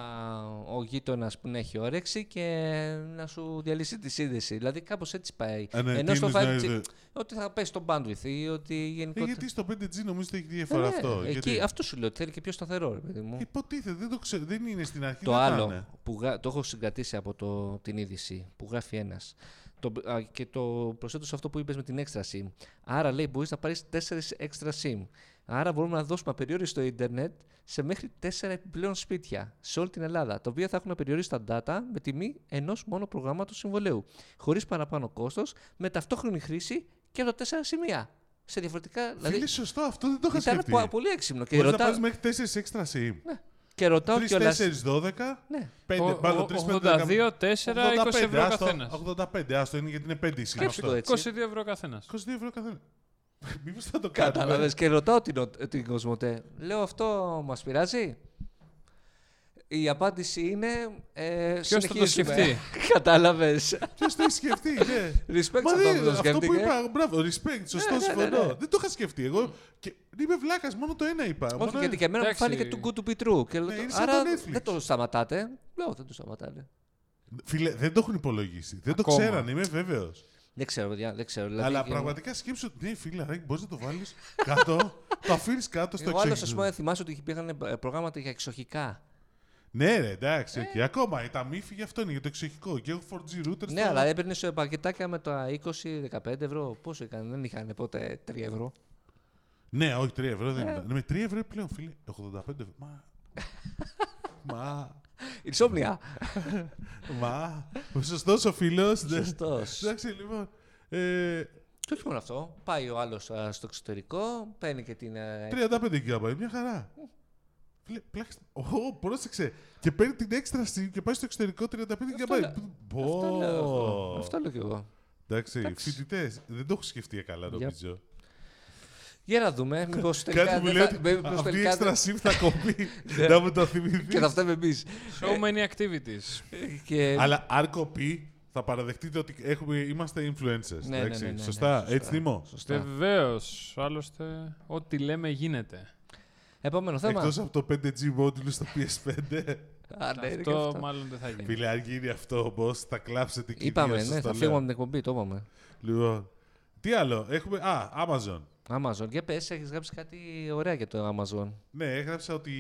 Speaker 3: ο γείτονας που να έχει όρεξη και να σου διαλύσει τη σύνδεση. Δηλαδή κάπως έτσι πάει.
Speaker 2: Ε, ναι, τι
Speaker 3: Ενώ στο
Speaker 2: είναι,
Speaker 3: 5G.
Speaker 2: ναι, ναι.
Speaker 3: Ότι θα πέσει το bandwidth ή ότι
Speaker 2: Ε,
Speaker 3: γενικότερα.
Speaker 2: γιατί στο 5G νομίζω ότι έχει
Speaker 3: Ε,
Speaker 2: διαφορά
Speaker 3: ναι,
Speaker 2: αυτό.
Speaker 3: Εκεί,
Speaker 2: γιατί...
Speaker 3: Αυτό σου λέω ότι θέλει και πιο σταθερό, ρε παιδί μου.
Speaker 2: Υποτίθεται, δεν, το ξέρω, δεν είναι στην αρχή.
Speaker 3: Το
Speaker 2: δεν θα
Speaker 3: άλλο
Speaker 2: είναι.
Speaker 3: που γα- το έχω συγκρατήσει από το, την είδηση που γράφει ένας. και το προσθέτω σε αυτό που είπες με την έξτρα SIM. Άρα λέει μπορείς να πάρεις 4 έξτρα SIM. Άρα μπορούμε να δώσουμε απεριόριστο ίντερνετ σε μέχρι 4 επιπλέον σπίτια σε όλη την Ελλάδα, τα οποία θα έχουν απεριορίστα data με τιμή ενός μόνο προγράμματος συμβολέου. Χωρίς παραπάνω κόστος, με ταυτόχρονη χρήση και από τα 4 σημεία. Σε διαφορετικά.
Speaker 2: Φίλε,
Speaker 3: Δηλαδή,
Speaker 2: σωστό, αυτό δεν το είχα
Speaker 3: ήταν
Speaker 2: σκεφτεί.
Speaker 3: πο- πολύ έξυπνο. Και,
Speaker 2: Μπορείς να
Speaker 3: ρωτά,
Speaker 2: πάρεις μέχρι 4 έξτρα SIM.
Speaker 3: και ρωτάω
Speaker 2: 3,
Speaker 3: κιόλας-
Speaker 2: 4, 12.
Speaker 3: Ναι.
Speaker 1: Ο-
Speaker 2: Πέντε, μάλλον
Speaker 1: ο-
Speaker 2: 3,
Speaker 1: 82, 4, 20 ευρώ καθένας.
Speaker 2: 85, άστο είναι γιατί είναι 5 η
Speaker 3: Σκέψου το
Speaker 2: σύμβαση.
Speaker 3: έτσι.
Speaker 1: 22 ευρώ καθένας.
Speaker 2: 22 ευρώ καθένας. Μήπως θα το κάνουμε.
Speaker 3: Κατάλαβες και ρωτάω την, ο- την Κοσμοτέ. Λέω αυτό μας πειράζει. Η απάντηση είναι. Ε,
Speaker 1: θα το σκεφτεί?
Speaker 3: Κατάλαβες.
Speaker 2: Ποιος το έχει σκεφτεί, ναι.
Speaker 3: Respect
Speaker 2: Μα
Speaker 3: σε
Speaker 2: δεν-
Speaker 3: αυτό που το
Speaker 2: Αυτό που
Speaker 3: σκέφτηκε.
Speaker 2: είπα, μπράβο, respect, σωστό,
Speaker 3: Ναι, ναι, ναι, ναι.
Speaker 2: συμφωνώ. Δεν το είχα σκεφτεί. Εγώ και είμαι βλάκας, μόνο το ένα είπα.
Speaker 3: Όχι,
Speaker 2: Μόνο
Speaker 3: γιατί και εμένα μου
Speaker 1: Εντάξει.
Speaker 3: φάνηκε του good to be true. Και λέω,
Speaker 2: Ναι, είναι σαν
Speaker 3: άρα
Speaker 2: το Netflix.
Speaker 3: δεν το σταματάτε. Λέω, δεν το σταματάτε.
Speaker 2: ένα. Φίλε, δεν το έχουν υπολογίσει. Δεν το
Speaker 1: Ακόμα.
Speaker 2: ξέραν, είμαι βέβαιος.
Speaker 3: Δεν ξέρω, παιδιά, δεν ξέρω. Δηλαδή,
Speaker 2: Αλλά
Speaker 3: και-
Speaker 2: πραγματικά σκέψου ότι ναι, φίλε, μπορείς να το βάλεις κάτω. Το αφήνεις κάτω στο
Speaker 3: Ο άλλο, ας πούμε,
Speaker 2: εξωτερικό.
Speaker 3: θυμάσαι ότι υπήρχαν ε, προγράμματα για εξοχικά.
Speaker 2: Ναι, ρε,
Speaker 3: Ε.
Speaker 2: εντάξει, οκ. Ακόμα η ταμίφη γι' αυτό είναι για το εξοχικό. Και έχω 4G router.
Speaker 3: Ναι,
Speaker 2: στο-
Speaker 3: αλλά έπαιρνες σε πακετάκια με τα 20-15 ευρώ. Πόσο είχαν, δεν είχαν ποτέ 3 ευρώ.
Speaker 2: Ναι, όχι, 3 ευρώ
Speaker 3: Ε.
Speaker 2: δεν ήταν. Ναι, Με 3 ευρώ πλέον, φίλε. 85 ευρώ. Μα. Μα.
Speaker 3: Insomnia.
Speaker 2: Μα. Σωστός ο φίλος.
Speaker 3: Σωστός.
Speaker 2: Εντάξει, λοιπόν. Ε,
Speaker 3: Και όχι μόνο αυτό. Πάει ο άλλος στο εξωτερικό, παίρνει και την. ε,
Speaker 2: 35 GB, μια χαρά. Φίλε, πλάχιστα. Ω, πρόσεξε. Και παίρνει την έξτρα SIM και πάει στο εξωτερικό 35 GB.
Speaker 3: λέω. Αυτό λέω εγώ.
Speaker 2: Πω.
Speaker 3: Αυτό λέω κι εγώ.
Speaker 2: Εντάξει,
Speaker 3: Εντάξει.
Speaker 2: φοιτητές. Δεν το έχω σκεφτεί καλά,
Speaker 3: Για-
Speaker 2: νομίζω.
Speaker 3: Για να δούμε. Μήπως τελικά.
Speaker 2: Κάτι μου
Speaker 3: δεν
Speaker 2: λέει
Speaker 3: θα-
Speaker 2: ότι
Speaker 3: μήπως
Speaker 2: αυτή η
Speaker 3: τελικά
Speaker 2: έξτρα
Speaker 3: δεν- Ναι.
Speaker 2: SIM θα κοπεί. Να μου το θυμηθείς.
Speaker 3: Και θα φταίμε εμείς.
Speaker 1: So many activities.
Speaker 3: Και...
Speaker 2: Αλλά αν κοπεί, θα παραδεχτείτε ότι έχουμε, είμαστε influencers.
Speaker 3: Ναι, ναι,
Speaker 2: εντάξει.
Speaker 3: ναι, ναι, ναι,
Speaker 2: σωστά.
Speaker 3: σωστά.
Speaker 2: Έτσι, Δήμο.
Speaker 3: Σωστά.
Speaker 1: Βεβαίως. Άλλωστε, ό,τι λέμε γίνεται.
Speaker 3: Επόμενο θέμα.
Speaker 2: Εκτός από το 5G module στο PS5.
Speaker 3: Α, ναι, είναι και
Speaker 1: Αυτό μάλλον δεν θα γίνει.
Speaker 2: Φίλε, αν γίνει αυτό όμω, θα κλάψετε και
Speaker 3: Είπαμε,
Speaker 2: σας
Speaker 3: ναι,
Speaker 2: το
Speaker 3: θα
Speaker 2: λέω.
Speaker 3: φύγουμε από την εκπομπή, το είπαμε.
Speaker 2: Λοιπόν. Τι άλλο, έχουμε. Α, Amazon.
Speaker 3: Amazon. Για πες, έχεις γράψει κάτι ωραία για το Amazon.
Speaker 2: Ναι, έγραψα ότι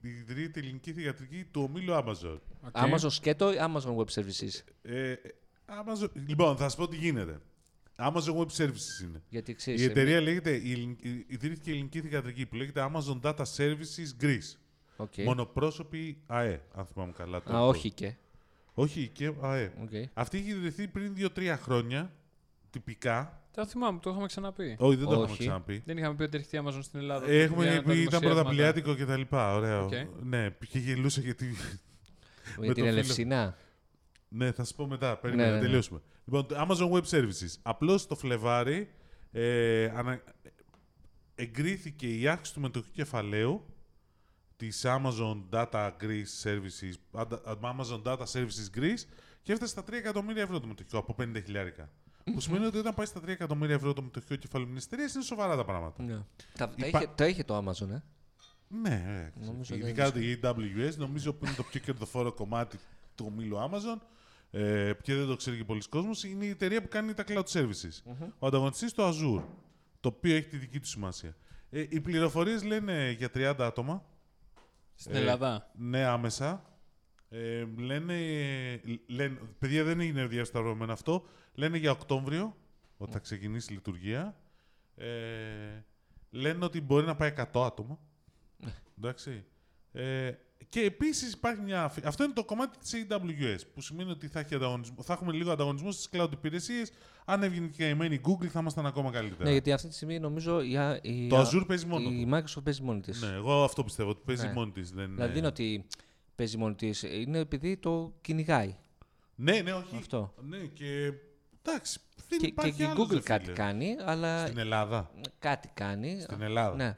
Speaker 2: ιδρύεται η ελληνική θηγατρική του ομίλου Amazon.
Speaker 1: Οκ.
Speaker 3: Amazon σκέτο ή Amazon Web Services.
Speaker 2: Ε, ε, Amazon... Λοιπόν, θα σας πω τι γίνεται. Amazon Web Services είναι.
Speaker 3: Γιατί ξέρεις, ε,
Speaker 2: Η εταιρεία λέγεται, η ελληνική- η- ιδρύθηκε η ελληνική θηγατρική που λέγεται Amazon Data Services Greece.
Speaker 3: Οκ.
Speaker 2: Μονοπρόσωποι ΑΕ, αν θυμάμαι καλά. το
Speaker 3: Α,
Speaker 2: report.
Speaker 3: όχι και.
Speaker 2: Όχι, και ΑΕ.
Speaker 3: Οκ.
Speaker 2: Αυτή έχει ιδρυθεί πριν 2-3 χρόνια, τυπικά.
Speaker 1: Τα θυμάμαι, το είχαμε ξαναπεί.
Speaker 2: Όχι, δεν το έχουμε
Speaker 3: Όχι.
Speaker 2: ξαναπεί.
Speaker 1: Δεν είχαμε πει ότι έρχεται η Amazon στην Ελλάδα.
Speaker 2: Ε, Έχουμε
Speaker 1: για τα
Speaker 2: πει, ήταν
Speaker 1: δημοσιεύματα.
Speaker 2: πρωταπλιάτικο και τα λοιπά. Ωραίο.
Speaker 1: Οκ.
Speaker 2: Ναι, και γελούσα γιατί.
Speaker 3: Για την
Speaker 2: το
Speaker 3: Ελευσινά.
Speaker 2: ναι, θα σα πω μετά. Περίμενα,
Speaker 3: Ναι, ναι, ναι.
Speaker 2: τελειώσουμε. Λοιπόν, το Amazon Web Services. Απλώς το Φλεβάρι ε, ανα... εγκρίθηκε η αύξηση του μετοχικού κεφαλαίου της Amazon Data Greece Services, Amazon Data Services Greece και έφτασε στα 3 εκατομμύρια ευρώ το μετοχικό από 50 χιλιάρικα. Που σημαίνει ότι όταν πάει στα 3 εκατομμύρια ευρώ το μετοχικό κεφάλαιο μια εταιρεία είναι σοβαρά τα πράγματα.
Speaker 3: Ναι. Τα, τα,
Speaker 2: Υπά-
Speaker 3: είχε, τα είχε το Amazon, ε.
Speaker 2: Ναι, ρε.
Speaker 3: Νομίζω
Speaker 2: Ειδικά το
Speaker 3: δεν
Speaker 2: AWS νομίζω που είναι το πιο κερδοφόρο κομμάτι του ομίλου Amazon ε, και δεν το ξέρει και πολλοί κόσμος, είναι η εταιρεία που κάνει τα cloud services. Ο ανταγωνιστής το Azure, το οποίο έχει τη δική του σημασία. Ε, οι πληροφορίες λένε για 30 άτομα,
Speaker 1: Στην Ελλάδα.
Speaker 2: ναι άμεσα, ε, λένε, ε, Λένε, παιδιά, δεν είναι διασταυρωμένο αυτό. Λένε για Οκτώβριο, ότι θα ξεκινήσει η λειτουργία. Ε, λένε ότι μπορεί να πάει 100 άτομα. Εντάξει. Ε, και επίσης υπάρχει μια. αφι- Αυτό είναι το κομμάτι της AWS, που σημαίνει ότι θα, έχει ανταγωνισμό, θα έχουμε λίγο ανταγωνισμό στις cloud υπηρεσίες. Αν έβγαινε και καημένη η Google, θα ήμασταν ακόμα καλύτερα.
Speaker 3: Ναι, γιατί αυτή τη στιγμή νομίζω η, α- η,
Speaker 2: Το
Speaker 3: α-
Speaker 2: Azure παίζει μόνο
Speaker 3: η Microsoft παίζει μόνη της.
Speaker 2: Ναι, εγώ αυτό πιστεύω. Ότι παίζει
Speaker 3: Ναι.
Speaker 2: μόνη της. Δεν...
Speaker 3: Δηλαδή δεν είναι ότι παίζει μόνη της, είναι επειδή το κυνηγάει.
Speaker 2: Ναι, ναι, όχι.
Speaker 3: Αυτό.
Speaker 2: Ναι, και. Εντάξει, δεν
Speaker 3: Και, και
Speaker 2: υπάρχει
Speaker 3: η Google
Speaker 2: άλλος, ρε
Speaker 3: κάτι
Speaker 2: φίλε.
Speaker 3: κάνει, αλλά
Speaker 2: Στην Ελλάδα.
Speaker 3: κάτι κάνει.
Speaker 2: Στην Ελλάδα.
Speaker 3: Ναι,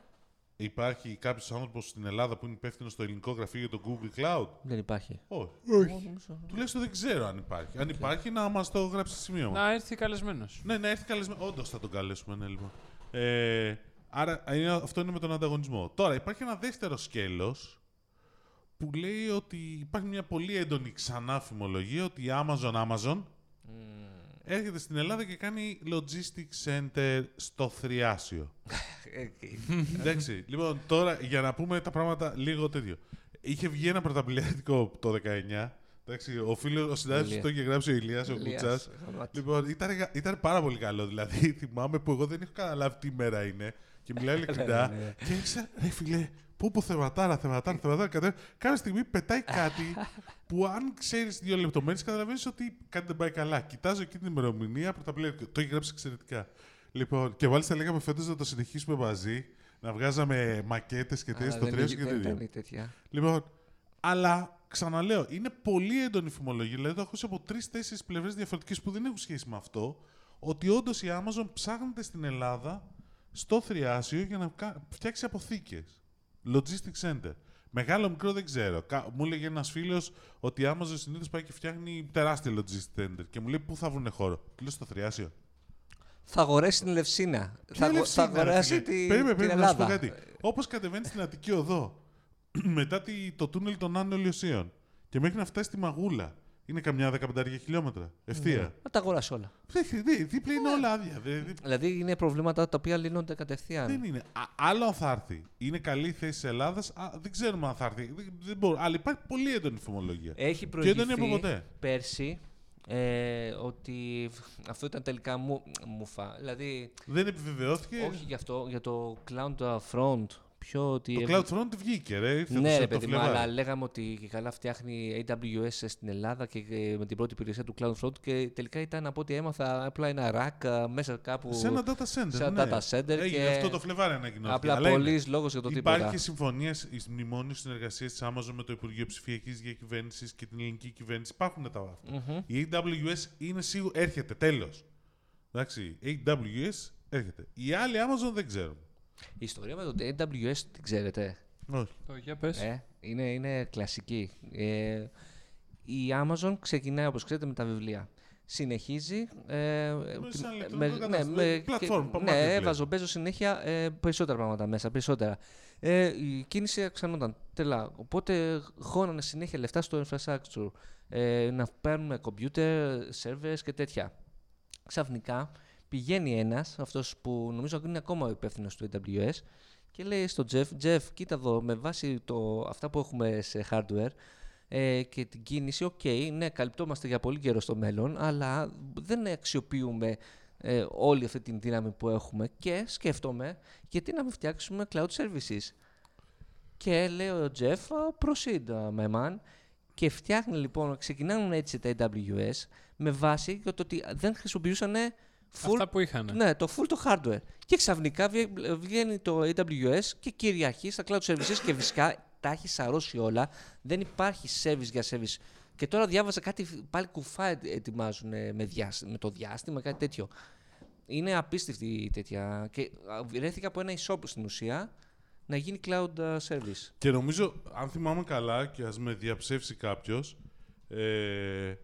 Speaker 2: Υπάρχει κάποιος άνθρωπος στην Ελλάδα που είναι υπεύθυνος στο ελληνικό γραφείο για το Google Cloud.
Speaker 3: δεν υπάρχει.
Speaker 2: Όχι. Τουλάχιστον δεν ξέρω αν υπάρχει. Αν υπάρχει, να μας το γράψει σημείο
Speaker 1: Να έρθει καλεσμένος.
Speaker 2: Ναι, ναι, έρθει καλεσμένος. Όντως θα τον καλέσουμε, ναι, λοιπόν. Ε, άρα είναι- αυτό είναι με τον ανταγωνισμό. Τώρα υπάρχει ένα δεύτερο σκέλος που λέει ότι υπάρχει μια πολύ έντονη ξανά φημολογία ότι η Amazon Amazon έρχεται στην Ελλάδα και κάνει logistics center στο Θριάσιο. Ε, Εντάξει. λοιπόν, τώρα για να πούμε τα πράγματα λίγο τέτοιο. Είχε βγει ένα πρωταπηλιάτικο το 19. Εντάξει, ο φίλος, ο συνάδελφο
Speaker 3: Ηλίας.
Speaker 2: το είχε γράψει ο Ηλίας, ο
Speaker 3: Ηλίας,
Speaker 2: Κουτσάς.
Speaker 3: γαμάτι.
Speaker 2: Λοιπόν, ήταν, ήταν πάρα πολύ καλό. Δηλαδή, θυμάμαι που εγώ δεν έχω καταλάβει τι μέρα είναι. Και μιλάω
Speaker 3: Ναι,
Speaker 2: ειλικρινά. και έξα, ρε φιλέ, πού που θεματάρα, θεματάρα, θεματάρα. Κατέ... Κάποια στιγμή πετάει κάτι που αν ξέρεις δύο λεπτομέρειες, καταλαβαίνεις ότι κάτι δεν πάει καλά. Κοιτάζω εκείνη την ημερομηνία, πρωταπηλιάτικο. Το έχει γράψει εξαιρετικά. Λοιπόν, και μάλιστα λέγαμε φέτος να το συνεχίσουμε μαζί. Να βγάζαμε μακέτες και τέτοια
Speaker 3: Αλλά
Speaker 2: στο
Speaker 3: δεν
Speaker 2: τρίο
Speaker 3: είχε-
Speaker 2: και
Speaker 3: δεν
Speaker 2: τέτοια.
Speaker 3: ήταν τέτοια.
Speaker 2: Λοιπόν, αλλά ξαναλέω, είναι πολύ έντονη φημολογία. Δηλαδή, το έχω ακούσει από τρει-τέσσερι πλευρές διαφορετικές που δεν έχουν σχέση με αυτό. Ότι όντως η Amazon ψάχνεται στην Ελλάδα στο θριάσιο για να κα- φτιάξει αποθήκες. Logistics Center. Μεγάλο μικρό δεν ξέρω. Κα- Μου έλεγε ένας φίλος ότι η Amazon συνήθως πάει και φτιάχνει τεράστια Logistics Center. Και μου λέει πού θα βρουν χώρο. Του λέω στο θριάσιο.
Speaker 3: Θα αγοράσει την Ελευσίνα.
Speaker 2: Ποια
Speaker 3: Θα, αγο-
Speaker 2: Ελευσίνα,
Speaker 3: θα
Speaker 2: ρε
Speaker 3: αγοράσει
Speaker 2: φίλε?
Speaker 3: τη,
Speaker 2: Περίμενε,
Speaker 3: την
Speaker 2: περίμενε, να σου πω
Speaker 3: Ελλάδα.
Speaker 2: κάτι. Όπως κατεβαίνει στην Αττική Οδό, μετά τη- το τούνελ των Άνω Ελιοσίων και μέχρι να φτάσει στη Μαγούλα, είναι καμιά 15 χιλιόμετρα. Ευθεία.
Speaker 3: Να τα αγοράσει όλα.
Speaker 2: Ψέχνει, ναι, δίπλα είναι όλα άδεια. δε- δε-
Speaker 3: Δηλαδή είναι προβλήματα τα οποία λύνονται κατευθείαν.
Speaker 2: Δεν είναι. Α, άλλο αν θα έρθει. Είναι καλή θέση τη Ελλάδα. Δεν ξέρουμε αν θα έρθει. Δεν, δεν μπορώ. Αλλά υπάρχει πολύ έντονη φημολογία.
Speaker 3: Έχει
Speaker 2: Πιο έντονη από
Speaker 3: προηγηθεί
Speaker 2: ποτέ.
Speaker 3: πέρσι ε, ότι αυτό ήταν τελικά μου, μουφα. Δηλαδή,
Speaker 2: Δεν επιβεβαιώθηκε.
Speaker 3: όχι γι' αυτό, για το Cloud Front. Πιο ότι
Speaker 2: Το
Speaker 3: ευ-
Speaker 2: CloudFront βγήκε, ρε. ήρθε
Speaker 3: ε, Ναι,
Speaker 2: το-
Speaker 3: ρε
Speaker 2: το
Speaker 3: παιδί μου,
Speaker 2: Φλεβάρι.
Speaker 3: αλλά λέγαμε ότι και καλά φτιάχνει AWS στην Ελλάδα και ε, με την πρώτη υπηρεσία του CloudFront και τελικά ήταν από ό,τι έμαθα απλά ένα rack ε, μέσα κάπου.
Speaker 2: Σε ένα data center.
Speaker 3: σε ένα
Speaker 2: ναι.
Speaker 3: data center
Speaker 2: Έγινε
Speaker 3: και-
Speaker 2: αυτό το Φλεβάρι ανακοινώθηκε.
Speaker 3: Απλά
Speaker 2: αλλά είναι.
Speaker 3: πολλής λόγος για το τίποτα.
Speaker 2: Υπάρχει συμφωνία εις μνημόνιο συνεργασίας της Amazon με το Υπουργείο Ψηφιακής Διακυβέρνησης και την ελληνική κυβέρνηση. Υπάρχουν τα αυτα Η AWS είναι σίγουρο, έρχεται, τέλος. Εντάξει, η AWS έρχεται. Η άλλη Amazon δεν ξέρουμε.
Speaker 3: Η ιστορία με το AWS την ξέρετε.
Speaker 2: Όχι.
Speaker 1: Το για πες.
Speaker 3: Ε, είναι, είναι κλασική. Ε, η Amazon ξεκινάει, όπως ξέρετε, με τα βιβλία. Συνεχίζει. Ε,
Speaker 2: σαν
Speaker 3: με-
Speaker 2: ηλεκτρονικό κατάστημα, δηλαδή,
Speaker 3: και-
Speaker 2: πλατφόρμα, παπάκι
Speaker 3: Ναι,
Speaker 2: βιβλία.
Speaker 3: έβαζε ο Μπέζο συνέχεια ε, περισσότερα πράγματα μέσα. Περισσότερα. Ε, η κίνηση αυξανόταν. Τελά. Οπότε χώνανε συνέχεια λεφτά στο infrastructure. Ε, να παίρνουμε computer, servers και τέτοια. Ξαφνικά πηγαίνει ένας, αυτός που νομίζω είναι ακόμα υπεύθυνος του AWS, και λέει στον Jeff, Jeff, κοίτα εδώ, με βάση το, αυτά που έχουμε σε hardware ε, και την κίνηση, οκ, ναι, καλυπτόμαστε για πολύ καιρό στο μέλλον, αλλά δεν αξιοποιούμε ε, όλη αυτή την δύναμη που έχουμε και σκέφτομαι γιατί να μην φτιάξουμε cloud services. Και λέει ο Jeff, «Α, proceed, α, my man. Και φτιάχνει λοιπόν, ξεκινάνε έτσι τα AWS με βάση το ότι δεν χρησιμοποιούσαν full
Speaker 1: Αυτά που είχαν.
Speaker 3: ναι, το full το hardware. Και ξαφνικά βγα- βγαίνει το AWS και κυριαρχεί στα cloud services και φυσικά τα έχει σαρώσει όλα. Δεν υπάρχει service για service. Και τώρα διάβαζα κάτι, πάλι κουφά ε- ετοιμάζουν ε, με, διάσ- με το διάστημα, κάτι τέτοιο. Είναι απίστευτη η τέτοια. Και α, βρέθηκα από ένα e-shop στην ουσία να γίνει cloud ε, service.
Speaker 2: Και νομίζω, αν θυμάμαι καλά και ας με διαψεύσει κάποιος, ε,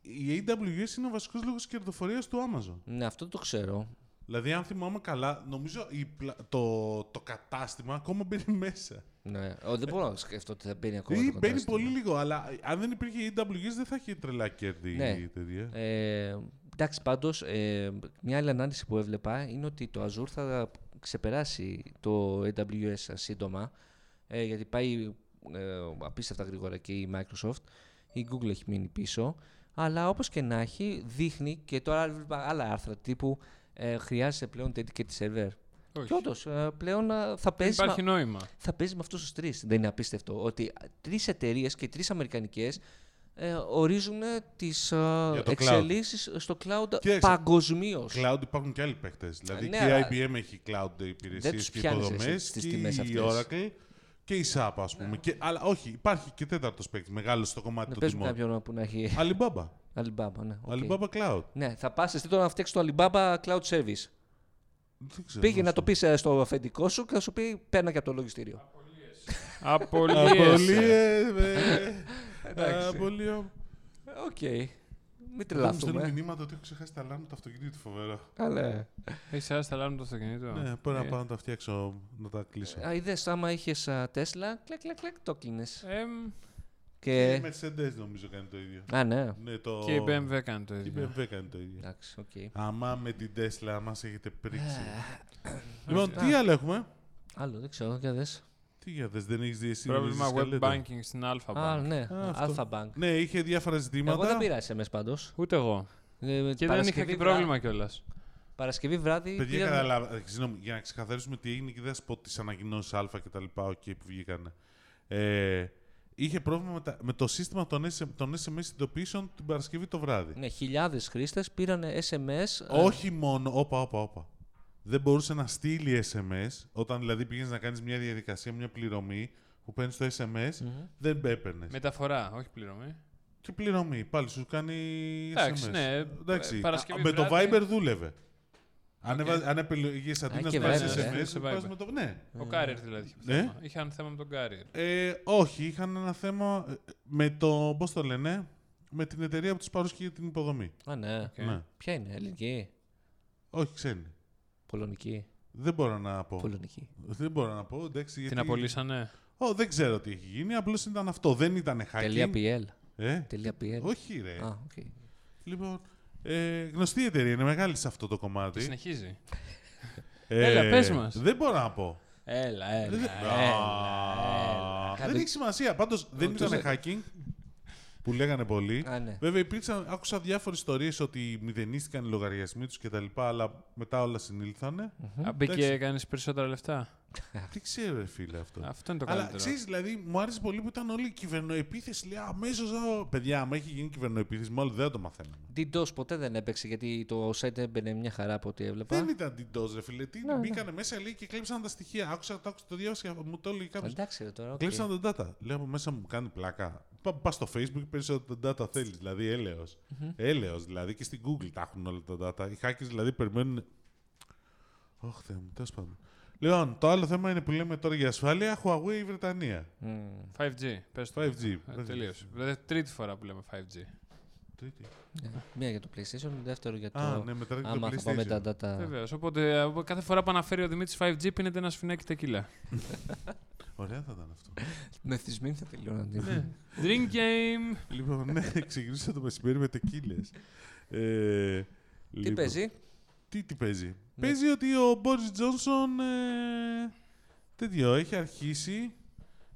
Speaker 2: η AWS είναι ο βασικός λόγος κερδοφορίας του Amazon.
Speaker 3: Ναι, αυτό το ξέρω.
Speaker 2: Δηλαδή, αν θυμάμαι καλά, νομίζω η πλα- το, το κατάστημα ακόμα μπαίνει μέσα.
Speaker 3: Ναι. Ο, δεν μπορώ να σκεφτώ ότι θα μπαίνει ακόμα.
Speaker 2: Ή
Speaker 3: το
Speaker 2: μπαίνει
Speaker 3: κατάστημα.
Speaker 2: πολύ λίγο, αλλά αν δεν υπήρχε η AWS δεν θα είχε τρελά κέρδη
Speaker 3: Ναι.
Speaker 2: η εταιρεία.
Speaker 3: Ε, εντάξει, πάντως, ε, μια άλλη ανάλυση που έβλεπα είναι ότι το Azure θα ξεπεράσει το AWS σύντομα, ε, γιατί πάει ε, απίστευτα γρήγορα και η Microsoft. η Google έχει μείνει πίσω. Αλλά όπως και να έχει, δείχνει και τώρα βλέπα άλλα άρθρα τύπου ε, χρειάζεσαι πλέον dedicated server.
Speaker 1: Όχι.
Speaker 3: Και όντως, ε, πλέον ε, θα
Speaker 1: Δεν
Speaker 3: παίζει.
Speaker 1: υπάρχει νόημα.
Speaker 3: θα παίζει με αυτούς τους τρεις. Δεν είναι απίστευτο ότι τρεις εταιρείες και τρεις αμερικανικές ε, ορίζουν τι
Speaker 2: Για το cloud.
Speaker 3: εξελίξεις στο cloud
Speaker 2: Κοίταξε,
Speaker 3: παγκοσμίως.
Speaker 2: Cloud υπάρχουν και άλλοι παίκτες. Δηλαδή
Speaker 3: ναι,
Speaker 2: και
Speaker 3: αλλά-
Speaker 2: η IBM έχει cloud υπηρεσίε
Speaker 3: τους
Speaker 2: και
Speaker 3: πιάνεις
Speaker 2: υποδομέ.
Speaker 3: εσύ
Speaker 2: Και
Speaker 3: στις τιμές
Speaker 2: η
Speaker 3: αυτές. Ναι.
Speaker 2: Oracle και η SAP, ας πούμε. Και, αλλά όχι, υπάρχει και τέταρτος παίκτης μεγάλος στο κομμάτι
Speaker 3: Δεν
Speaker 2: των
Speaker 3: Ναι, παίζουν
Speaker 2: τιμών.
Speaker 3: κάποιον που να έχει
Speaker 2: Alibaba.
Speaker 3: Alibaba. Ναι, οκ.
Speaker 2: Alibaba Cloud.
Speaker 3: ναι θα πας εσύ τώρα να φτιάξεις το Alibaba Cloud Service.
Speaker 2: Δεν ξέρω.
Speaker 3: Πήγε να το πει στο αφεντικό σου και θα σου πει παίρνα και από το λογιστήριο.
Speaker 1: Απολύεσαι.
Speaker 2: Απολύε. ε, Απολύω.
Speaker 3: Ε, Οκ. Μην
Speaker 2: Μου στέλνουν
Speaker 3: τρελαθούμε.
Speaker 2: μηνύματα ότι έχω ξεχάσει τα λάμπα του αυτοκινήτου φοβερά.
Speaker 3: Αλλά.
Speaker 1: Έχεις άρεσε τα λάμπα το αυτοκίνητο.
Speaker 2: Ναι, πρέπει
Speaker 3: ε.
Speaker 2: να πάω να τα φτιάξω, να τα κλείσω.
Speaker 3: Είδες, άμα είχες Tesla, κλακ, κλακ, κλακ, το κλείνε.
Speaker 1: Εμ,
Speaker 2: Και η
Speaker 3: Και.
Speaker 2: Ε, Mercedes νομίζω κάνει το ίδιο.
Speaker 3: Α, ναι.
Speaker 2: Ναι, το...
Speaker 1: Και η BMW κάνει το
Speaker 2: Και η
Speaker 1: ίδιο.
Speaker 2: BMW κάνει το ίδιο.
Speaker 3: Εντάξει, οκ.
Speaker 2: Αμά με την Tesla, μας έχετε πρίξει.
Speaker 1: Ε,
Speaker 2: λοιπόν, τι άλλο έχουμε.
Speaker 3: Άλλο, δεν ξέρω, για δες.
Speaker 2: Τι για δες, δεν έχεις δει εσύ.
Speaker 1: Πρόβλημα
Speaker 2: Λίζη
Speaker 1: web
Speaker 2: Σκαλέτα.
Speaker 1: banking στην Alpha
Speaker 3: Α,
Speaker 1: Bank.
Speaker 3: ναι,
Speaker 2: Α, αυτό.
Speaker 3: Αλφα Bank.
Speaker 2: Ναι, είχε διάφορα
Speaker 3: Εγώ δεν
Speaker 2: ζητήματα.
Speaker 3: πήρα SMS πάντως.
Speaker 1: Ούτε εγώ. Και
Speaker 3: Ε,
Speaker 1: δεν είχα
Speaker 3: Παρασκευή
Speaker 1: και
Speaker 3: βρα-
Speaker 1: πρόβλημα κιόλας.
Speaker 3: Παρασκευή βράδυ
Speaker 2: Παιδιά,
Speaker 3: πήγαμε-
Speaker 2: καταλάβα. ε, Συγγνώμη, για να ξεκαθαρίσουμε τι έγινε και δεν θα σα πω τις ανακοινώσεις Α και τα λοιπά, οκ, που βγήκαν. Ε, είχε πρόβλημα με, τα- με το σύστημα των, SM, των SMS ειδοποιήσεων την Παρασκευή το βράδυ.
Speaker 3: Ναι, χιλιάδες χρήστες πήραν SMS. ε,
Speaker 2: Όχι μόνο. Όπα, όπα, όπα. Δεν μπορούσε να στείλει SMS. Όταν δηλαδή πήγαινες να κάνεις μια διαδικασία, μια πληρωμή που παίρνεις το SMS, δεν έπαιρνες.
Speaker 1: Μεταφορά, όχι πληρωμή.
Speaker 2: Και πληρωμή. Πάλι σου κάνει SMS.
Speaker 1: Εντάξει, ναι.
Speaker 2: Εντάξει.
Speaker 1: Ε, Παρασκευή
Speaker 2: με το
Speaker 1: βράδυ.
Speaker 2: Viber δούλευε. Αν, έβα- αν επιλογέ αντί
Speaker 3: Α,
Speaker 2: να
Speaker 3: και
Speaker 2: σου πάρεις
Speaker 3: Viber, ε.
Speaker 2: SMS,
Speaker 1: Σε
Speaker 2: πας
Speaker 1: Viber.
Speaker 2: με το. Ναι.
Speaker 1: Ο Κάριερ δηλαδή είχε
Speaker 2: Ναι.
Speaker 1: θέμα. Είχαν θέμα με τον Κάριερ.
Speaker 2: Ε, όχι, είχαν ένα θέμα ε, με το. Πώς το λένε, με την εταιρεία που τους παρούσχε για την υποδομή.
Speaker 3: Α, ναι.
Speaker 2: Ναι.
Speaker 3: Ποια είναι, ελληνική,
Speaker 2: Όχι, ξένοι.
Speaker 3: πολωνική,
Speaker 2: Δεν μπορώ να πω.
Speaker 3: πολωνική.
Speaker 2: Δεν μπορώ να πω. Εντάξει, γιατί...
Speaker 1: Την απολύσανε.
Speaker 2: Ω, δεν ξέρω τι έχει γίνει. Απλώς ήταν αυτό. Δεν ήταν hacking.
Speaker 3: Τελεία PL.
Speaker 2: Ε,
Speaker 3: Τελεία PL.
Speaker 2: όχι, ρε.
Speaker 3: Α, οκ.
Speaker 2: Λοιπόν, ε, γνωστή εταιρεία είναι μεγάλη σε αυτό το
Speaker 1: Και
Speaker 2: κομμάτι.
Speaker 1: συνεχίζει.
Speaker 2: Ε,
Speaker 1: Έλα, πες μας.
Speaker 2: Δεν μπορώ να πω.
Speaker 3: Έλα, έλα,
Speaker 2: Δεν-
Speaker 3: έλα.
Speaker 2: Α, Δεν
Speaker 3: Κάτι-
Speaker 2: έχει σημασία. Πάντως δεν
Speaker 3: Τους-
Speaker 2: ήταν hacking που λέγανε πολλοί.
Speaker 3: Α, ναι.
Speaker 2: Βέβαια, υπήρξαν, άκουσα διάφορες ιστορίες ότι μηδενίστηκαν οι λογαριασμοί τους κτλ. Αλλά μετά όλα συνήλθανε.
Speaker 3: Ε.
Speaker 1: Α, Μπήκε και
Speaker 2: Εντάξει.
Speaker 1: έκανε περισσότερα λεφτά.
Speaker 2: Τι ξέρω, ρε φίλε, αυτό.
Speaker 1: Αυτό είναι το
Speaker 2: Αλλά
Speaker 1: καλύτερο.
Speaker 2: ξέρεις, δηλαδή, μου άρεσε πολύ που ήταν όλη η κυβερνοεπίθεση. Λέει αμέσως. Παιδιά, άμα έχει γίνει κυβερνοεπίθεση, μάλλον δεν θα το μαθαίναμε.
Speaker 3: DDoS ποτέ δεν έπαιξε γιατί το site έμπαινε μια χαρά από ό,τι
Speaker 2: Δεν
Speaker 3: έβλεπα.
Speaker 2: ήταν την DOS, ρε φίλε.
Speaker 1: Ναι,
Speaker 2: Τι μπήκανε μέσα λέει, και κλέψαν τα στοιχεία. Άκουσα, το άκουσα, το διάβασα. Μου το λέει κάποιος.
Speaker 3: Εντάξει ρε τώρα, οκ.
Speaker 2: Κλέψαν τα data. Λέω από μέσα μου κάνει πλάκα. Πα πας στο Facebook και παίρνει ό,τι data θέλεις. Δηλαδή, έλεος. Έλεος, δηλαδή και στην Google τα έχουν όλα τα data. Οι hackers δηλαδή περιμένουν. Ωχ, Θεέ μου, τέλος πάντων. Λοιπόν, το άλλο θέμα είναι που λέμε τώρα για ασφάλεια. Huawei Βρετανία.
Speaker 1: 5G. Πες το.
Speaker 2: 5G.
Speaker 1: Ε, Τελείωσε. Δεν- Τρίτη φορά που λέμε 5G.
Speaker 2: Τρίτη.
Speaker 3: Ναι. Μία για το PlayStation, δεύτερο για το...
Speaker 2: Α, ναι, μετά και το
Speaker 3: Άμα θα πάμε
Speaker 2: PlayStation.
Speaker 3: τα data.
Speaker 1: Βεβαίως. Οπότε ε, κάθε φορά που αναφέρει ο Δημήτρης 5G πίνεται ένα σφινάκι τεκίλα.
Speaker 2: Ωραία θα ήταν αυτό.
Speaker 3: Μεθυσμένοι θα τελειώναν.
Speaker 2: Ναι.
Speaker 1: Drink game.
Speaker 2: λοιπόν, ναι, ξεκινήσα το μεσημέρι με τεκίλες. Ε,
Speaker 3: Τι
Speaker 2: λοιπόν.
Speaker 3: παίζει,
Speaker 2: Τι, τι παίζει.
Speaker 3: Ναι.
Speaker 2: Παίζει ότι ο Μπόρις Τζόνσον ε, τέτοιο, έχει αρχίσει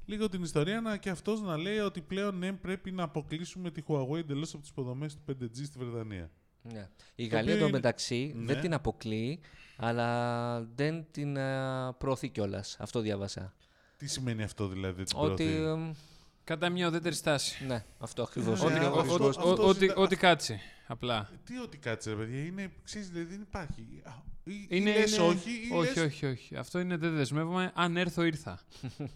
Speaker 2: λίγο την ιστορία να, και αυτός να λέει ότι πλέον ναι, πρέπει να αποκλείσουμε τη Huawei εντελώς από τις υποδομές του 5G στη Βρετανία.
Speaker 3: Ναι. Η
Speaker 2: Το
Speaker 3: Γαλλία
Speaker 2: οποίο
Speaker 3: εδώ
Speaker 2: είναι-
Speaker 3: μεταξύ
Speaker 2: Ναι.
Speaker 3: δεν την αποκλείει, αλλά δεν την ε, προωθεί κιόλας. Αυτό διάβασα.
Speaker 2: Τι σημαίνει αυτό δηλαδή την
Speaker 3: Ότι.
Speaker 2: προωθεί?
Speaker 3: εμ,
Speaker 1: Κατά μια οδέτερη στάση.
Speaker 3: ναι, αυτό ακριβώς.
Speaker 2: Ναι,
Speaker 1: Ότι-
Speaker 2: ναι,
Speaker 1: ο-
Speaker 2: αυτό-
Speaker 1: ο-
Speaker 2: αυτό
Speaker 1: ο-
Speaker 2: ήταν-
Speaker 1: ότι- Ό,τι κάτσει. Απλά.
Speaker 2: Τι ότι κάτσε ρε παιδιά, είναι, ξέρεις, δηλαδή δεν υπάρχει. Α, Ή, ή
Speaker 1: Είναι,
Speaker 2: λες
Speaker 1: είναι-
Speaker 2: όχι ή
Speaker 1: όχι,
Speaker 2: λες...
Speaker 1: όχι, όχι. Αυτό είναι δεν δεσμεύομαι. Αν έρθω, ήρθα.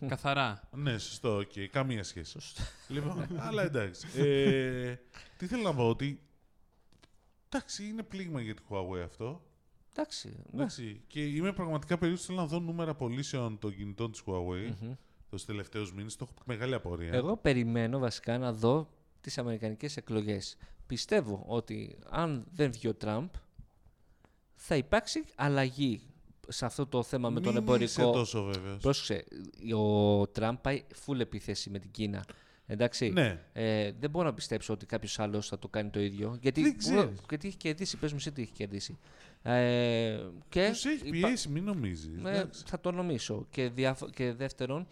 Speaker 1: Καθαρά.
Speaker 2: Ναι, σωστό, οκ. Καμία σχέση. Λοιπόν, αλλά εντάξει. Ε, τι θέλω να πω, ότι εντάξει, είναι πλήγμα για τη Huawei αυτό.
Speaker 3: Εντάξει. Ναι.
Speaker 2: Εντάξει. Και είμαι πραγματικά περίεργος. Θέλω να δω νούμερα πωλήσεων των κινητών της Huawei τους τελευταίους μήνες. Το έχω μεγάλη απορία.
Speaker 3: Εγώ περιμένω βασικά να δω τις αμερικανικές εκλογές. Πιστεύω ότι αν δεν βγει ο Τραμπ, θα υπάρξει αλλαγή σε αυτό το θέμα με τον
Speaker 2: Μην
Speaker 3: εμπορικό.
Speaker 2: Είσαι τόσο βέβαιος.
Speaker 3: Πρόσεξε, ο Τραμπ πάει full επίθεση με την Κίνα. Εντάξει.
Speaker 2: Ναι.
Speaker 3: Ε, δεν μπορώ να πιστέψω ότι κάποιος άλλος θα το κάνει το ίδιο. Γιατί,
Speaker 2: Δεν ξέρεις.
Speaker 3: Ω, γιατί έχει κερδίσει. Πες μου, εσύ τι έχει κερδίσει. Ε, και
Speaker 2: Τους έχει
Speaker 3: Ε, υπά- Ναι.
Speaker 2: πιέσει, μην νομίζεις.
Speaker 1: Ναι.
Speaker 3: Ε, θα το νομίσω. Και, διάφο- και δεύτερον,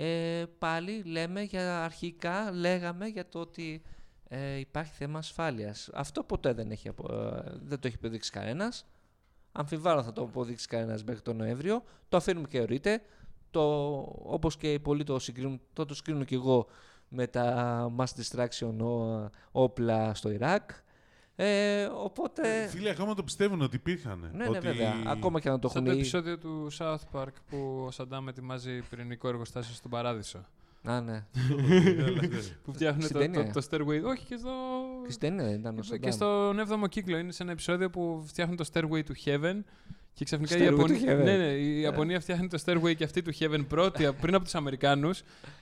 Speaker 3: Ε, πάλι λέμε για αρχικά λέγαμε για το ότι ε, υπάρχει θέμα ασφάλειας. Αυτό ποτέ δεν, έχει, απο- ε, δεν το έχει αποδείξει κανένας. Αμφιβάλλω θα το αποδείξει κανένας μέχρι τον Νοέμβριο. Το αφήνουμε και ορείται. Το, όπως και οι πολλοί το συγκρίνουν, το, το συγκρίνω και εγώ με τα mass distraction ό, όπλα στο Ιράκ. Ε, οπότε...
Speaker 2: Φίλοι, ακόμα το πιστεύουν ότι υπήρχαν.
Speaker 3: Ναι, ναι,
Speaker 2: ότι...
Speaker 3: βέβαια. Ακόμα και να το
Speaker 1: Σαν
Speaker 3: έχουν
Speaker 1: το
Speaker 3: οι-
Speaker 1: επεισόδιο του South Park που ο Σαντάμ ετοιμάζει πυρηνικό εργοστάσιο στον παράδεισο.
Speaker 3: Α, ναι.
Speaker 2: ναι.
Speaker 1: Που φτιάχνουν
Speaker 3: Στην
Speaker 1: το, το,
Speaker 3: ταινία.
Speaker 1: το Stairway. Όχι και στο.
Speaker 3: Και στην ταινία δεν ήταν ο
Speaker 1: Και
Speaker 3: Σαντάμ.
Speaker 1: στον 7ο κύκλο. Είναι σε ένα επεισόδιο που φτιάχνουν το Stairway to Heaven. Και ξαφνικά η
Speaker 3: Stairway to
Speaker 1: Ιαπωνία,
Speaker 3: Heaven. Ε.
Speaker 1: ναι, ναι, η Ιαπωνία φτιάχνει το Stairway και αυτή του Heaven πρώτη α- πριν από τους Αμερικάνους.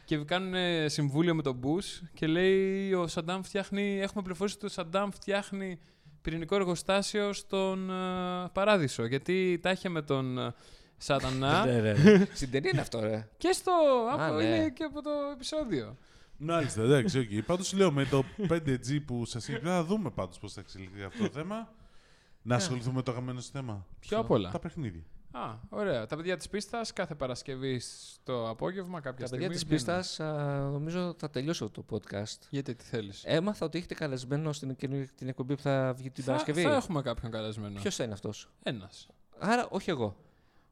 Speaker 1: Και κάνουν ε, συμβούλιο με τον Bush και λέει ο Σαντάμ φτιάχνει. Έχουμε πληροφορήσει ότι ο Σαντάμ φτιάχνει πυρηνικό εργοστάσιο στον ε, παράδεισο. Γιατί τα είχε με τον ε, Σατανά.
Speaker 3: Ναι, ρε. Στην ταινία είναι αυτό, ρε.
Speaker 1: Και στο. από,
Speaker 3: ναι.
Speaker 1: Είναι και από το επεισόδιο.
Speaker 2: Μάλιστα, εντάξει, οκ. Πάντως λέω με το 5G που σα είπα, θα δούμε πάντως πώς θα εξελιχθεί αυτό το θέμα. Να
Speaker 1: Ναι.
Speaker 2: ασχοληθούμε με το αγαπημένο σας θέμα.
Speaker 1: Πιο απ' όλα.
Speaker 2: Τα παιχνίδια.
Speaker 1: Α, ωραία. Τα παιδιά της πίστας κάθε Παρασκευή στο απόγευμα κάποια
Speaker 3: Τα
Speaker 1: στιγμή.
Speaker 3: παιδιά τη
Speaker 1: βγαίνουν.
Speaker 3: πίστα, νομίζω θα τελειώσω το podcast.
Speaker 1: Γιατί τι θέλεις.
Speaker 3: Έμαθα ότι έχετε καλεσμένο στην καινούργια- την εκπομπή που θα βγει την
Speaker 1: Θα,
Speaker 3: Παρασκευή.
Speaker 1: θα έχουμε κάποιον καλεσμένο.
Speaker 3: Ποιος θα είναι αυτός.
Speaker 1: Ένας.
Speaker 3: Άρα, όχι εγώ.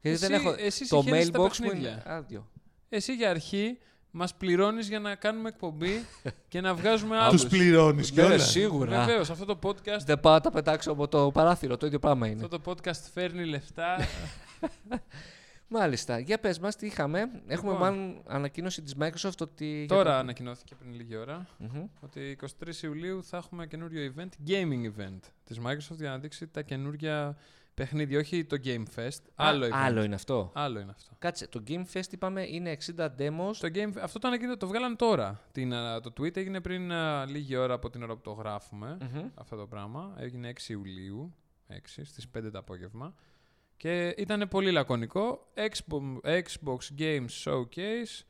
Speaker 3: Γιατί
Speaker 1: Εσύ-
Speaker 3: δεν έχω.
Speaker 1: εσύ
Speaker 3: το
Speaker 1: συγχαίρεσαι τα
Speaker 3: mailbox μου
Speaker 1: παιχνίδια.
Speaker 3: είναι άδειο.
Speaker 1: Εσύ για αρχή μας πληρώνεις για να κάνουμε εκπομπή και να βγάζουμε άλλου.
Speaker 2: Του πληρώνεις
Speaker 3: Ναι, ρε,
Speaker 2: κιόλας.
Speaker 3: σίγουρα.
Speaker 1: Βεβαίως, αυτό το podcast.
Speaker 3: Δεν πάω να τα πετάξω από το παράθυρο. Το ίδιο πράγμα είναι.
Speaker 1: Αυτό το podcast φέρνει λεφτά.
Speaker 3: Μάλιστα. Για πες μας, τι είχαμε. Έχουμε
Speaker 1: Λοιπόν.
Speaker 3: μάλλον ανακοίνωση της Microsoft ότι.
Speaker 1: Τώρα ναι. ανακοινώθηκε πριν λίγη ώρα
Speaker 3: Μμμ.
Speaker 1: ότι 23 Ιουλίου θα έχουμε καινούριο event, gaming event της Microsoft για να δείξει τα καινούργια παιχνίδια. Όχι το Game Fest, άλλο event.
Speaker 3: Α, άλλο είναι αυτό.
Speaker 1: Άλλο είναι αυτό.
Speaker 3: Κάτσε, το Game Fest είπαμε είναι 60 demos.
Speaker 1: Στο game, αυτό το ανακοίνω, το βγάλαν τώρα. Την, α, το tweet έγινε πριν α, λίγη ώρα από την ώρα που το γράφουμε.
Speaker 3: Μμμ.
Speaker 1: Αυτό το πράγμα. Έγινε 6 Ιουλίου, 6, στις 5 το απόγευμα. Και ήταν πολύ λακωνικό. Xbox, Xbox Games Showcase,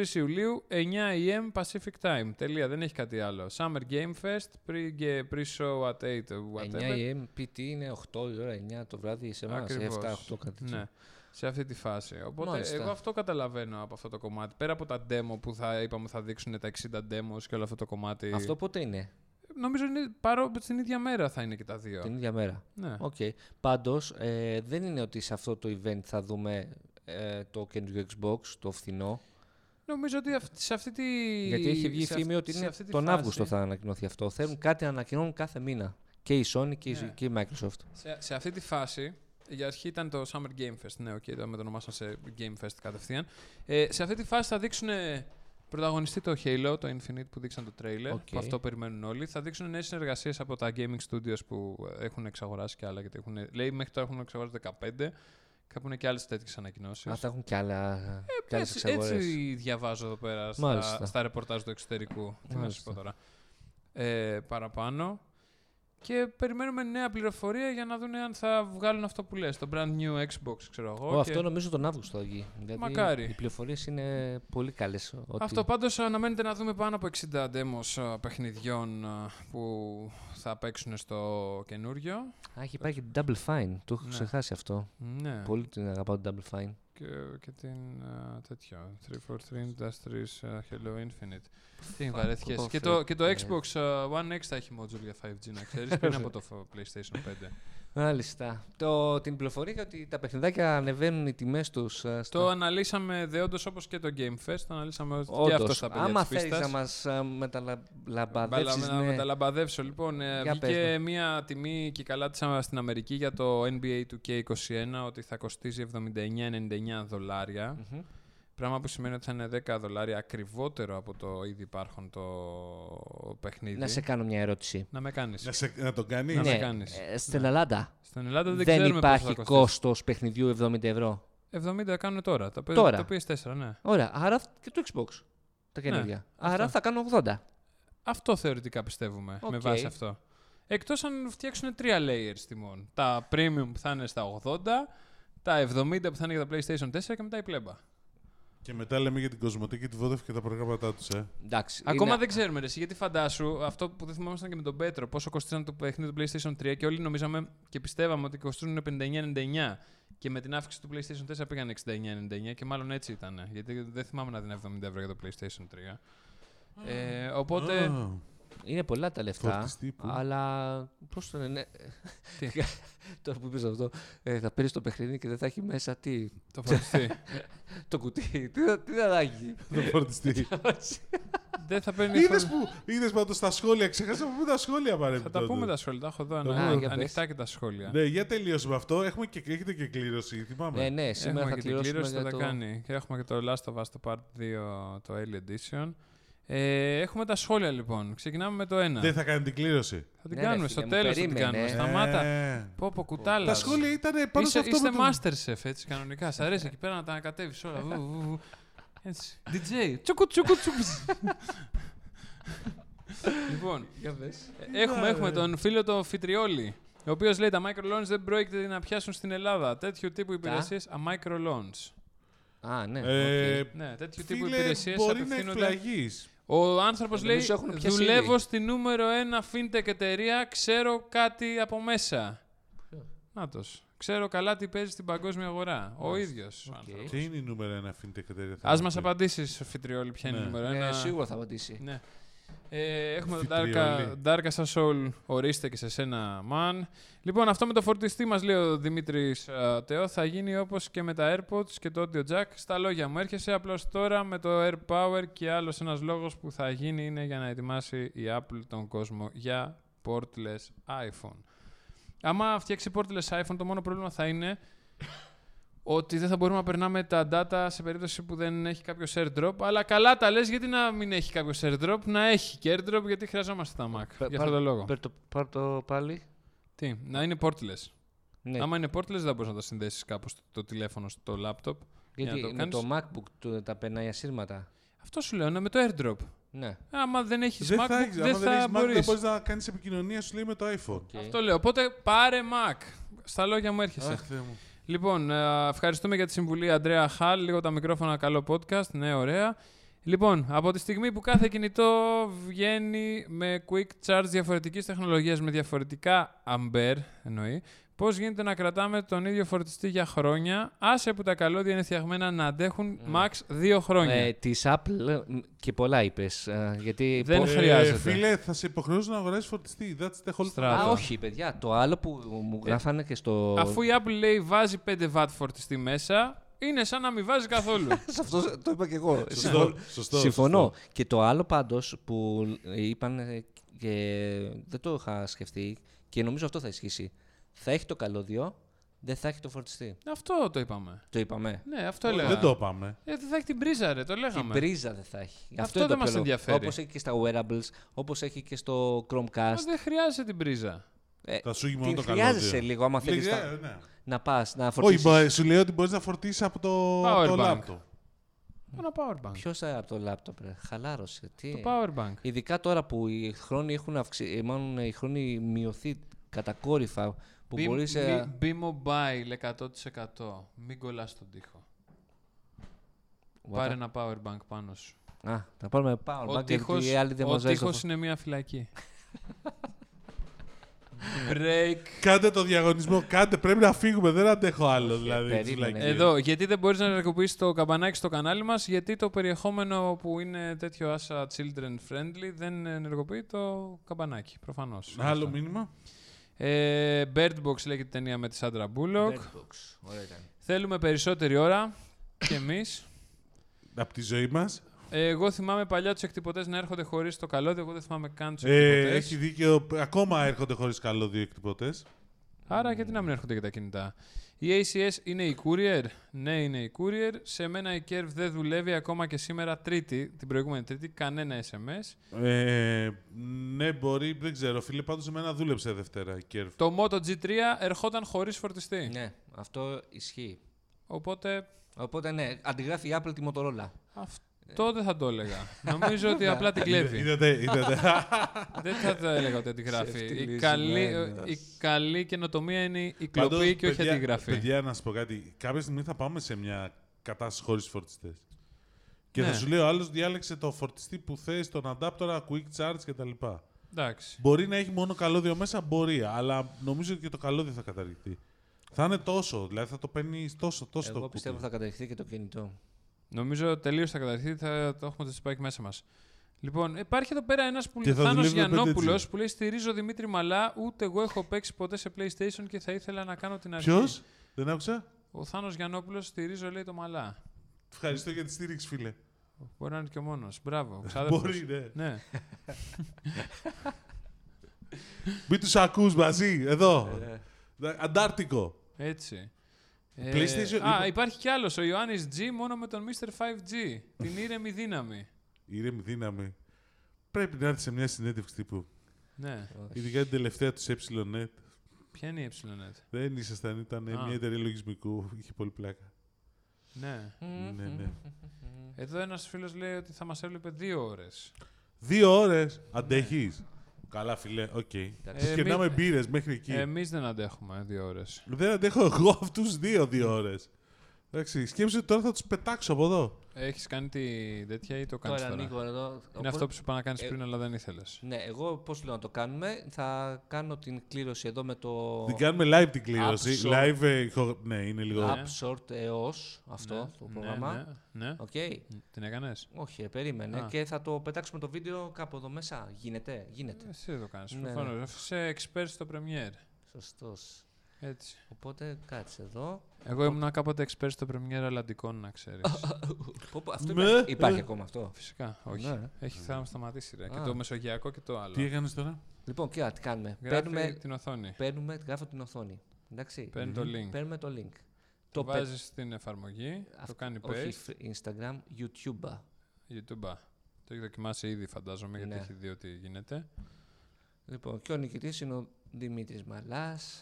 Speaker 1: 23 Ιουλίου, 9 a.m. Pacific Time. Τελεία, δεν έχει κάτι άλλο. Summer Game Fest, pre- pre-show at 8,
Speaker 3: 9
Speaker 1: whatever.
Speaker 3: η PT είναι 8 η ώρα, 9 το βράδυ σε εμάς. 7-8
Speaker 1: Ακριβώς.
Speaker 3: κάτι τέτοιο.
Speaker 1: Ναι, σε αυτή τη φάση. Οπότε
Speaker 3: Μάλιστα.
Speaker 1: εγώ αυτό καταλαβαίνω από αυτό το κομμάτι. Πέρα από τα demo που θα είπαμε θα δείξουν τα 60 demos και όλο αυτό το κομμάτι.
Speaker 3: Αυτό πότε είναι,
Speaker 1: Νομίζω είναι παρό... στην ίδια μέρα θα είναι και τα δύο.
Speaker 3: την ίδια μέρα.
Speaker 1: Ναι.
Speaker 3: Οκ. Πάντως, ε, δεν είναι ότι σε αυτό το event θα δούμε ε, το καινούργιο Xbox, το φθηνό.
Speaker 1: Νομίζω ότι αυ- σε αυτή τη.
Speaker 3: γιατί έχει βγει η
Speaker 1: σε αυ-
Speaker 3: φήμη ότι
Speaker 1: σε
Speaker 3: είναι
Speaker 1: αυτή τη
Speaker 3: τον
Speaker 1: φάση-
Speaker 3: Αύγουστο θα ανακοινωθεί αυτό. Θέλουν κάτι να ανακοινώνουν κάθε μήνα. Και η Sony και, η-
Speaker 1: Ναι.
Speaker 3: και η Microsoft.
Speaker 1: Σε, σε αυτή τη φάση, για αρχή ήταν το Summer Game Fest, ναι, okay, το μετονομάσαν σε Game Fest κατευθείαν. Ε, σε αυτή τη φάση θα δείξουν πρωταγωνιστή το Halo, το Infinite που δείξαν το trailer,
Speaker 3: Οκ.
Speaker 1: που αυτό περιμένουν όλοι. Θα δείξουν νέες συνεργασίες από τα gaming studios που ε, έχουν εξαγοράσει και άλλα, γιατί έχουν, λέει μέχρι τώρα έχουν εξαγοράσει 15, κάπου είναι και άλλες τέτοιες ανακοινώσεις.
Speaker 3: Α, θα έχουν κι άλλα, κι άλλες
Speaker 1: Έτσι,
Speaker 3: εξαγορές.
Speaker 1: Ε, έτσι διαβάζω εδώ πέρα
Speaker 3: Μάλιστα.
Speaker 1: στα, στα ρεπορτάζ του εξωτερικού. Τι να σου
Speaker 3: Μάλιστα.
Speaker 1: πω τώρα. Ε, παραπάνω. Και περιμένουμε νέα πληροφορία για να δουν αν θα βγάλουν αυτό που λες, το brand new Xbox, ξέρω εγώ.
Speaker 3: Ω,
Speaker 1: και-
Speaker 3: Αυτό νομίζω τον Αύγουστο θα βγει. Δηλαδή,
Speaker 1: Μακάρι.
Speaker 3: Οι πληροφορίες είναι πολύ καλές.
Speaker 1: Αυτό πάντως αναμένεται να δούμε πάνω από 60 demos α, παιχνιδιών α, που θα παίξουν στο καινούριο.
Speaker 3: Α, έχει πάει και την Double Fine. Το έχω
Speaker 1: Ναι.
Speaker 3: ξεχάσει αυτό.
Speaker 1: Ναι.
Speaker 3: Πολύ την αγαπάω την Double Fine.
Speaker 1: Και, και την ε, α, τέτοιο, 343 Industries α, Hello ε, Infinite. Τι βαρέθηκες.
Speaker 3: off,
Speaker 1: Και
Speaker 3: ρε.
Speaker 1: το, και το
Speaker 3: Ναι.
Speaker 1: Xbox α, One X θα έχει module για 5G, να ξέρεις, πριν από το φ- PlayStation 5.
Speaker 3: Μάλιστα. Το, την πληροφορία για ότι τα παιχνιδάκια ανεβαίνουν οι ε, τιμές τους.
Speaker 1: Το αναλύσαμε δεόντως όπως και το Game Fest, το αναλύσαμε ότι και
Speaker 3: Ναι. Όντως,
Speaker 1: αυτός στα παιδιά
Speaker 3: άμα
Speaker 1: της
Speaker 3: θέλει να
Speaker 1: πίστας.
Speaker 3: μα μεταλαμπαδεύσεις.
Speaker 1: Μπαλα- Να
Speaker 3: Ναι.
Speaker 1: μεταλαμπαδεύσω λοιπόν. Ε,
Speaker 3: Για πες
Speaker 1: βγήκε μία τιμή και καλά της α, στην Αμερική για το NBA 2K21 ότι θα κοστίζει 79-99 δολάρια.
Speaker 3: Μμμ.
Speaker 1: Πράγμα που σημαίνει ότι θα είναι 10 δολάρια ακριβότερο από το ήδη υπάρχον το παιχνίδι.
Speaker 3: Να σε κάνω μια ερώτηση.
Speaker 1: Να με κάνεις.
Speaker 2: Να, σε, να τον κάνεις.
Speaker 1: Να με κάνεις.
Speaker 3: ε, στην Ελλάδα
Speaker 1: Στην Ελλάδα δεν,
Speaker 3: δεν
Speaker 1: ξέρουμε πόσο
Speaker 3: υπάρχει
Speaker 1: θα κοστίσει.
Speaker 3: κόστος παιχνιδιού 70 ευρώ.
Speaker 1: 70 κάνουν τώρα. Τα,
Speaker 3: Τώρα.
Speaker 1: Το PS4, ναι.
Speaker 3: Ωραία, άρα και το Xbox. Τα καινούργια. άρα
Speaker 1: αυτό.
Speaker 3: θα κάνω 80.
Speaker 1: Αυτό θεωρητικά πιστεύουμε με
Speaker 3: Οκ.
Speaker 1: βάση αυτό. Εκτός αν φτιάξουν τρία layers τιμών. Τα premium που θα είναι στα 80, τα 70 που θα είναι για τα PlayStation 4 και μετά η πλέμπα.
Speaker 2: Και μετά λέμε για την Κοσμοτέ και τη Βόδευ και τα προγράμματά τους. Ε.
Speaker 3: Εντάξει.
Speaker 1: Ακόμα
Speaker 3: είναι-
Speaker 1: δεν ξέρουμε, ρε, εσύ, γιατί φαντάσου αυτό που δεν θυμάμασταν και με τον Πέτρο, πόσο κοστίζαν το παιχνίδι του PlayStation 3 και όλοι νομίζαμε και πιστεύαμε ότι κοστίζουν 59-99. Και με την αύξηση του PlayStation 4 πήγαν 69-99 και μάλλον έτσι ήταν. Γιατί δεν θυμάμαι να δίνει 70 ευρώ για το PlayStation 3. Ε, οπότε.
Speaker 2: Α,
Speaker 3: Είναι πολλά τα λεφτά,
Speaker 2: Φορτιστή που.
Speaker 3: αλλά πώς το λένε, ναι.
Speaker 1: Τι?
Speaker 3: τώρα που είπες αυτό, ε, θα παίρνεις το παιχνίδι και δεν θα έχει μέσα τι,
Speaker 1: το φορτιστή.
Speaker 3: το κουτί, τι, θα- τι θα έχει.
Speaker 2: το φορτιστή.
Speaker 1: δεν θα παίρνει.
Speaker 2: Είδες που, είδες πάντως τα σχόλια, ξεχάσαμε να πούμε τα σχόλια
Speaker 1: Θα
Speaker 2: απαραίτητα.
Speaker 1: τα πούμε τα σχόλια. Τα έχω εδώ
Speaker 2: Τα
Speaker 1: ανα-
Speaker 3: πούμε.
Speaker 1: ανοιχτά και τα σχόλια. Ε,
Speaker 2: Ναι, για τελείωσουμε αυτό. Έχουμε και, έχετε και κλήρωση, θυμάμαι.
Speaker 3: ναι, ναι, σήμερα
Speaker 1: Έχουμε
Speaker 3: θα
Speaker 1: και την
Speaker 3: κληρώσουμε
Speaker 1: κλήρωση,
Speaker 3: για
Speaker 1: θα τα
Speaker 3: το...
Speaker 1: κάνει. Και έχουμε και το Last of Us, το Part 2, το Alien Edition. Ε, έχουμε τα σχόλια λοιπόν. Ξεκινάμε με το ένα.
Speaker 2: Δεν θα κάνει την κλήρωση.
Speaker 1: Θα την
Speaker 3: Ναι, ρε,
Speaker 1: κάνουμε,
Speaker 3: φίλε
Speaker 1: στο
Speaker 3: μου,
Speaker 1: τέλος θα την
Speaker 3: περίμενε.
Speaker 1: κάνουμε.
Speaker 3: Ε.
Speaker 1: Σταμάτα.
Speaker 2: Ε,
Speaker 1: Πω, πω, κουτάλας.
Speaker 2: Τα σχόλια ήταν πάνω
Speaker 1: Είστε,
Speaker 2: σε αυτό
Speaker 1: είστε
Speaker 2: με τον...
Speaker 1: Masterchef, έτσι, κανονικά. Σ' αρέσει εκεί πέρα να τα ανακατεύεις όλα. Βου, βου, βου. Έτσι. DJ. Τσουκου, τσουκου, τσουκου. λοιπόν, ε,
Speaker 2: Ναι,
Speaker 1: έχουμε, έχουμε τον φίλο τον Φιτριόλη, ο οποίος λέει τα microloans δεν πρόκειται να πιάσουν στην Ελλάδα. Τέτοιου τύπου υπηρεσίες, α microloans.
Speaker 3: Α, ναι,
Speaker 2: Ε,
Speaker 1: Ναι, τέτοιου τύπου
Speaker 2: Φίλε,
Speaker 1: υπηρεσίες
Speaker 2: μπορεί να
Speaker 1: απευθύνονται.
Speaker 2: εκπλαγείς.
Speaker 1: Ο άνθρωπος
Speaker 3: Νομίζω
Speaker 1: λέει:
Speaker 3: έχουν πιάσει
Speaker 1: Δουλεύω
Speaker 3: ήδη».
Speaker 1: στη νούμερο 1 fintech εταιρεία, ξέρω κάτι από μέσα. Νάτος. Ξέρω καλά τι παίζει στην παγκόσμια αγορά. Ο ίδιος ο
Speaker 3: Ε,
Speaker 1: άνθρωπο.
Speaker 2: Ποια είναι η νούμερα ένα fintech εταιρεία. θα
Speaker 1: Ας
Speaker 2: μου
Speaker 1: μα
Speaker 2: πει.
Speaker 1: απαντήσεις, Φιτριόλη, ποια είναι η
Speaker 2: Ναι.
Speaker 1: νούμερο 1.
Speaker 3: ναι. Ε, σίγουρα θα απαντήσει.
Speaker 1: Ναι. Ε, έχουμε τον
Speaker 2: Φιτριόλι.
Speaker 1: Darka, Darka Sassoul, ορίστε και σε σένα, man. Λοιπόν, αυτό με το φορτιστή μας λέει ο Δημήτρης ε, Τεό, θα γίνει όπως και με τα AirPods και το Audio Jack. Στα λόγια μου έρχεσαι, απλώς τώρα με το Air Power και άλλος ένας λόγος που θα γίνει είναι για να ετοιμάσει η Apple τον κόσμο για portless iPhone. Άμα φτιάξει portless iPhone, το μόνο πρόβλημα θα είναι ότι δεν θα μπορούμε να περνάμε τα data σε περίπτωση που δεν έχει κάποιος airdrop. Αλλά καλά τα λες, γιατί να μην έχει κάποιος airdrop, να έχει και airdrop, γιατί χρειαζόμαστε τα Mac.
Speaker 3: Πα-
Speaker 1: για αυτόν τον λόγο.
Speaker 3: Πάρ το, πάρ το πάλι.
Speaker 1: Τι, να είναι portless.
Speaker 3: Ναι,
Speaker 1: Άμα είναι portless, δεν θα μπορείς να τα συνδέσεις κάπου στο το τηλέφωνο, στο laptop. για να
Speaker 3: γιατί
Speaker 1: το
Speaker 3: με
Speaker 1: κάνεις.
Speaker 3: το MacBook του, τα περνάει ασύρματα.
Speaker 1: Αυτό σου λέω, ναι, με το airdrop.
Speaker 3: Ναι.
Speaker 1: Άμα δεν έχεις
Speaker 2: Δεν
Speaker 1: MacBook,
Speaker 2: θα, έχεις,
Speaker 1: δεν
Speaker 2: άμα δεν έχεις
Speaker 1: θα
Speaker 2: Mac, δεν
Speaker 1: μπορείς.
Speaker 2: μπορείς να κάνεις επικοινωνία σου λέει με το iPhone. Ε,
Speaker 3: Οκ.
Speaker 1: Αυτό λέω. Οπότε πάρε Mac. Στα λόγια μου έρχεσαι.
Speaker 2: Αχ, Θεέ μου.
Speaker 1: Λοιπόν, ε, ευχαριστούμε για τη συμβουλή, Αντρέα Χαλ. Λίγο τα μικρόφωνα, καλό podcast. Ναι, ωραία. Λοιπόν, από τη στιγμή που κάθε κινητό βγαίνει με quick charge διαφορετικής τεχνολογίας με διαφορετικά ampere, εννοεί, πώς γίνεται να κρατάμε τον ίδιο φορτιστή για χρόνια, άσε που τα καλώδια είναι φτιαγμένα να αντέχουν max δύο χρόνια.
Speaker 3: Ε, της Apple ε, και πολλά είπες. Γιατί.
Speaker 1: Δεν
Speaker 3: πω-
Speaker 1: χρειάζεται. χρειάζεται.
Speaker 2: Ε, φίλε, θα σε υποχρεώσω να αγοράσεις φορτιστή. That's the whole
Speaker 1: Στραβά.
Speaker 3: Α,
Speaker 1: Μπράβο.
Speaker 3: όχι, παιδιά. Το άλλο που μου γράφανε και στο.
Speaker 1: Ε, Αφού η Apple λέει βάζει 5 watt φορτιστή μέσα, είναι σαν να μην βάζει καθόλου.
Speaker 3: Σε αυτό το είπα και εγώ.
Speaker 2: Σωστό, σωστό.
Speaker 3: Συμφωνώ. Και το άλλο πάντως που είπαν ε, και δεν το είχα σκεφτεί και νομίζω αυτό θα ισχύσει. Θα έχει το καλώδιο, δεν θα έχει το φορτιστή.
Speaker 1: αυτό το είπαμε.
Speaker 3: Το είπαμε.
Speaker 1: Ναι, αυτό έλεγα.
Speaker 2: Δεν το είπαμε.
Speaker 1: Ε, δεν θα έχει την πρίζα, ρε, το
Speaker 3: Την
Speaker 1: λέγαμε.
Speaker 3: πρίζα δεν θα έχει.
Speaker 1: Αυτό δεν μας ενδιαφέρει.
Speaker 3: Όπως έχει και στα wearables, όπως έχει και στο
Speaker 1: Μα
Speaker 3: Chromecast.
Speaker 1: δεν χρειάζεται την πρίζα.
Speaker 3: Ε,
Speaker 2: Θα σου έχει μόνο
Speaker 3: την
Speaker 2: το
Speaker 3: χρειάζεσαι
Speaker 2: καλώδιο.
Speaker 3: λίγο, άμα θέλει
Speaker 2: Λέει,
Speaker 3: να,
Speaker 2: ε, ναι.
Speaker 3: να πας να
Speaker 2: Όχι,
Speaker 3: φορτίσεις.
Speaker 2: μπα- σου λέει ότι μπορείς να φορτίσεις από το,
Speaker 1: Power
Speaker 2: από το
Speaker 1: bank.
Speaker 2: laptop.
Speaker 1: Ένα power bank.
Speaker 3: Ποιο από το λάπτοπ, ρε. Χαλάρωσε. Τι.
Speaker 1: Το power bank.
Speaker 3: Ειδικά τώρα που οι χρόνοι έχουν αυξη... ε, μάλλον ε, οι χρόνοι μειωθεί κατακόρυφα, που ε,
Speaker 1: Be,
Speaker 3: μπορεί.
Speaker 1: be, be mobile 100%. Μην κολλάς τον τοίχο. Πάρε ένα power bank πάνω σου.
Speaker 3: Α, να πάρουμε power
Speaker 1: Ο
Speaker 3: bank γιατί
Speaker 1: τείχος,
Speaker 3: οι άλλοι δεν
Speaker 1: ο
Speaker 3: μας βάζουν.
Speaker 1: τείχος είναι μια φυλακή. Break.
Speaker 2: Κάντε το διαγωνισμό, κάντε. Πρέπει να φύγουμε, δεν αντέχω άλλο. Δηλαδή,
Speaker 3: περίμενε.
Speaker 2: τις βλακίες.
Speaker 1: Ε, Εδώ, γιατί δεν μπορείς να ενεργοποιήσεις το καμπανάκι στο κανάλι μας, γιατί το περιεχόμενο που είναι τέτοιο άσα children friendly δεν ενεργοποιεί το καμπανάκι, προφανώς.
Speaker 2: Ένα Άλλο μήνυμα.
Speaker 1: Ε, Bird Box λέγεται η ταινία με τη Σάντρα Μπούλοκ. Θέλουμε περισσότερη ώρα κι εμείς.
Speaker 2: Από τη ζωή μας.
Speaker 1: Ε, εγώ θυμάμαι παλιά τους εκτυπωτές να έρχονται χωρίς το καλώδιο. Εγώ δεν θυμάμαι καν τους
Speaker 2: Ε,
Speaker 1: εκτυπωτές.
Speaker 2: έχει δίκιο. Ακόμα έρχονται χωρίς καλώδιο εκτυπωτές.
Speaker 1: Άρα γιατί να μην έρχονται και τα κινητά. Η ACS είναι η Courier. Ναι, είναι η Courier. Σε μένα η Curve δεν δουλεύει ακόμα και σήμερα Τρίτη, την προηγούμενη Τρίτη, κανένα SMS.
Speaker 2: Ε, ναι, μπορεί, δεν ξέρω. Φίλε, πάντως εμένα δούλεψε Δευτέρα η Curve.
Speaker 1: Το Moto G3 ερχόταν χωρίς φορτιστή.
Speaker 3: Ναι, αυτό ισχύει.
Speaker 1: Οπότε
Speaker 3: Οπότε ναι, αντιγράφει η Apple τη Motorola.
Speaker 1: αυτό δεν θα το έλεγα. Νομίζω ότι απλά
Speaker 2: Ε,
Speaker 1: την κλέβει.
Speaker 2: Είδατε, είδατε.
Speaker 1: δεν θα το έλεγα ότι αντιγράφει. Η καλή, ε, η καλή καινοτομία είναι η
Speaker 2: Πάντως,
Speaker 1: κλοπή και όχι
Speaker 2: παιδιά-
Speaker 1: αντιγραφή.
Speaker 2: Παιδιά, να σα πω κάτι. Κάποια στιγμή θα πάμε σε μια κατάσταση χωρίς φορτιστές. Και
Speaker 1: Ναι.
Speaker 2: θα σου λέει ο άλλος διάλεξε το φορτιστή που θες, τον adapter, quick charge κτλ.
Speaker 1: Εντάξει.
Speaker 2: Μπορεί να έχει μόνο καλώδιο μέσα, μπορεί, αλλά νομίζω ότι και το καλώδιο θα καταργηθεί. Θα είναι τόσο, δηλαδή θα το παίρνεις τόσο, τόσο
Speaker 3: Εγώ
Speaker 2: το
Speaker 3: πιστεύω
Speaker 2: κούκλι.
Speaker 3: θα καταρριχθεί και το κινητό.
Speaker 1: Νομίζω τελείω θα καταρθεί, θα το έχουμε το τσιπάκι μέσα μας. Λοιπόν, υπάρχει εδώ πέρα ένας που
Speaker 2: Και
Speaker 1: λέει
Speaker 2: θα
Speaker 1: Θάνος
Speaker 2: δουλεύει με πέντε
Speaker 1: Γιαννόπουλος
Speaker 2: έτσι.
Speaker 1: που λέει Στηρίζω Δημήτρη Μαλά, ούτε εγώ έχω παίξει ποτέ σε PlayStation και θα ήθελα να κάνω την αρχή.
Speaker 2: Ποιος, δεν άκουσα.
Speaker 1: Ο Θάνος Γιαννόπουλος στηρίζω, λέει το Μαλά.
Speaker 2: Ευχαριστώ για τη στήριξη, φίλε.
Speaker 1: Μπορεί να είναι και ο μόνος. Μπράβο. ο ξάδερφος.
Speaker 2: Μπορεί, ναι.
Speaker 1: Ναι.
Speaker 2: Μην τους ακούς μαζί, εδώ.
Speaker 1: Ε.
Speaker 2: Αντάρτικο.
Speaker 1: Έτσι. Ε,
Speaker 2: PlayStation,
Speaker 1: α,
Speaker 2: λοιπόν.
Speaker 1: υπάρχει κι άλλος. Ο Ιωάννης G μόνο με τον Mr. 5G. την ήρεμη δύναμη.
Speaker 2: Ήρεμη δύναμη. Πρέπει να έρθει σε μια συνέντευξη τύπου.
Speaker 1: Ναι.
Speaker 2: Ειδικά την τελευταία του ΕΕ.
Speaker 1: Ποια είναι η εψιλονέτ.
Speaker 2: Δεν ήσασταν, ήταν ε,
Speaker 1: Α.
Speaker 2: μια εταιρεία λογισμικού. Είχε πολύ πλάκα.
Speaker 1: Ναι.
Speaker 2: ναι, ναι.
Speaker 1: Εδώ ένας φίλος λέει ότι θα μας έβλεπε δύο ώρες.
Speaker 2: Δύο ώρες αντέχεις. Καλά, φιλέ, οκ.
Speaker 1: Ναι. Ε,
Speaker 2: Τους Κερνάμε
Speaker 1: μην- Ε,
Speaker 2: μπύρες μέχρι εκεί.
Speaker 1: Εμείς δεν αντέχουμε δύο ώρες.
Speaker 2: Δεν αντέχω εγώ αυτούς δύο δύο ώρες. Εντάξει, σκέψτε ότι τώρα θα τους πετάξω από εδώ.
Speaker 1: Έχεις κάνει τη τέτοια ή το κάνεις
Speaker 3: Τώρα
Speaker 1: τώρα.
Speaker 3: Νίκο εδώ.
Speaker 1: Είναι
Speaker 3: οπότε-
Speaker 1: αυτό που σου είπα να κάνεις
Speaker 3: Ε,
Speaker 1: πριν, αλλά δεν ήθελες.
Speaker 3: Ναι, εγώ πώς λέω να το κάνουμε. Θα κάνω την κλήρωση εδώ με το.
Speaker 2: Την κάνουμε live την κλήρωση.
Speaker 3: Absol.
Speaker 2: Live, ε, ηχο- ναι, είναι λίγο.
Speaker 1: Ναι.
Speaker 3: App Short EOS, αυτό
Speaker 1: Ναι,
Speaker 3: το
Speaker 1: ναι,
Speaker 3: πρόγραμμα.
Speaker 1: Ναι, ναι.
Speaker 3: Οκ.
Speaker 1: Την έκανες.
Speaker 3: Όχι, ε, περίμενε.
Speaker 1: Α.
Speaker 3: Και θα το πετάξουμε το βίντεο κάπου εδώ μέσα. Γίνεται, γίνεται.
Speaker 1: Εσύ δεν το κάνεις.
Speaker 3: Ναι, ναι.
Speaker 1: Προφανώ. Είσαι expert στο Premiere.
Speaker 3: Σωστός.
Speaker 1: Έτσι.
Speaker 3: Οπότε κάτσε εδώ.
Speaker 1: Εγώ ήμουν κάποτε expert στο Premiere Αλλαντικών, να ξέρεις.
Speaker 3: Πω, πω, αυτό
Speaker 2: Ναι.
Speaker 3: υπά- υπάρχει ακόμα αυτό.
Speaker 1: Φυσικά. Όχι.
Speaker 3: Ναι.
Speaker 1: Έχει θα σταματήσει. Ρε. Και
Speaker 3: Α.
Speaker 1: το μεσογειακό και το άλλο.
Speaker 2: Τι έκανες τώρα.
Speaker 3: Λοιπόν, κοίτα, τι κάνουμε.
Speaker 1: Γράφει
Speaker 3: Παίρνουμε,
Speaker 1: την οθόνη.
Speaker 3: παίρνουμε, γράφω την οθόνη. Εντάξει.
Speaker 1: Παίρνει το link.
Speaker 3: Παίρνουμε το link.
Speaker 1: Το
Speaker 3: πε-
Speaker 1: βάζεις στην εφαρμογή. Το
Speaker 3: αυτό-
Speaker 1: κάνει
Speaker 3: Όχι,
Speaker 1: paste.
Speaker 3: φρ- Instagram, YouTube.
Speaker 1: YouTube. Το έχει δοκιμάσει ήδη, φαντάζομαι, γιατί
Speaker 3: Ναι.
Speaker 1: έχει δει ότι γίνεται.
Speaker 3: Λοιπόν, και ο νικητής είναι ο Δημήτρης Μαλάς.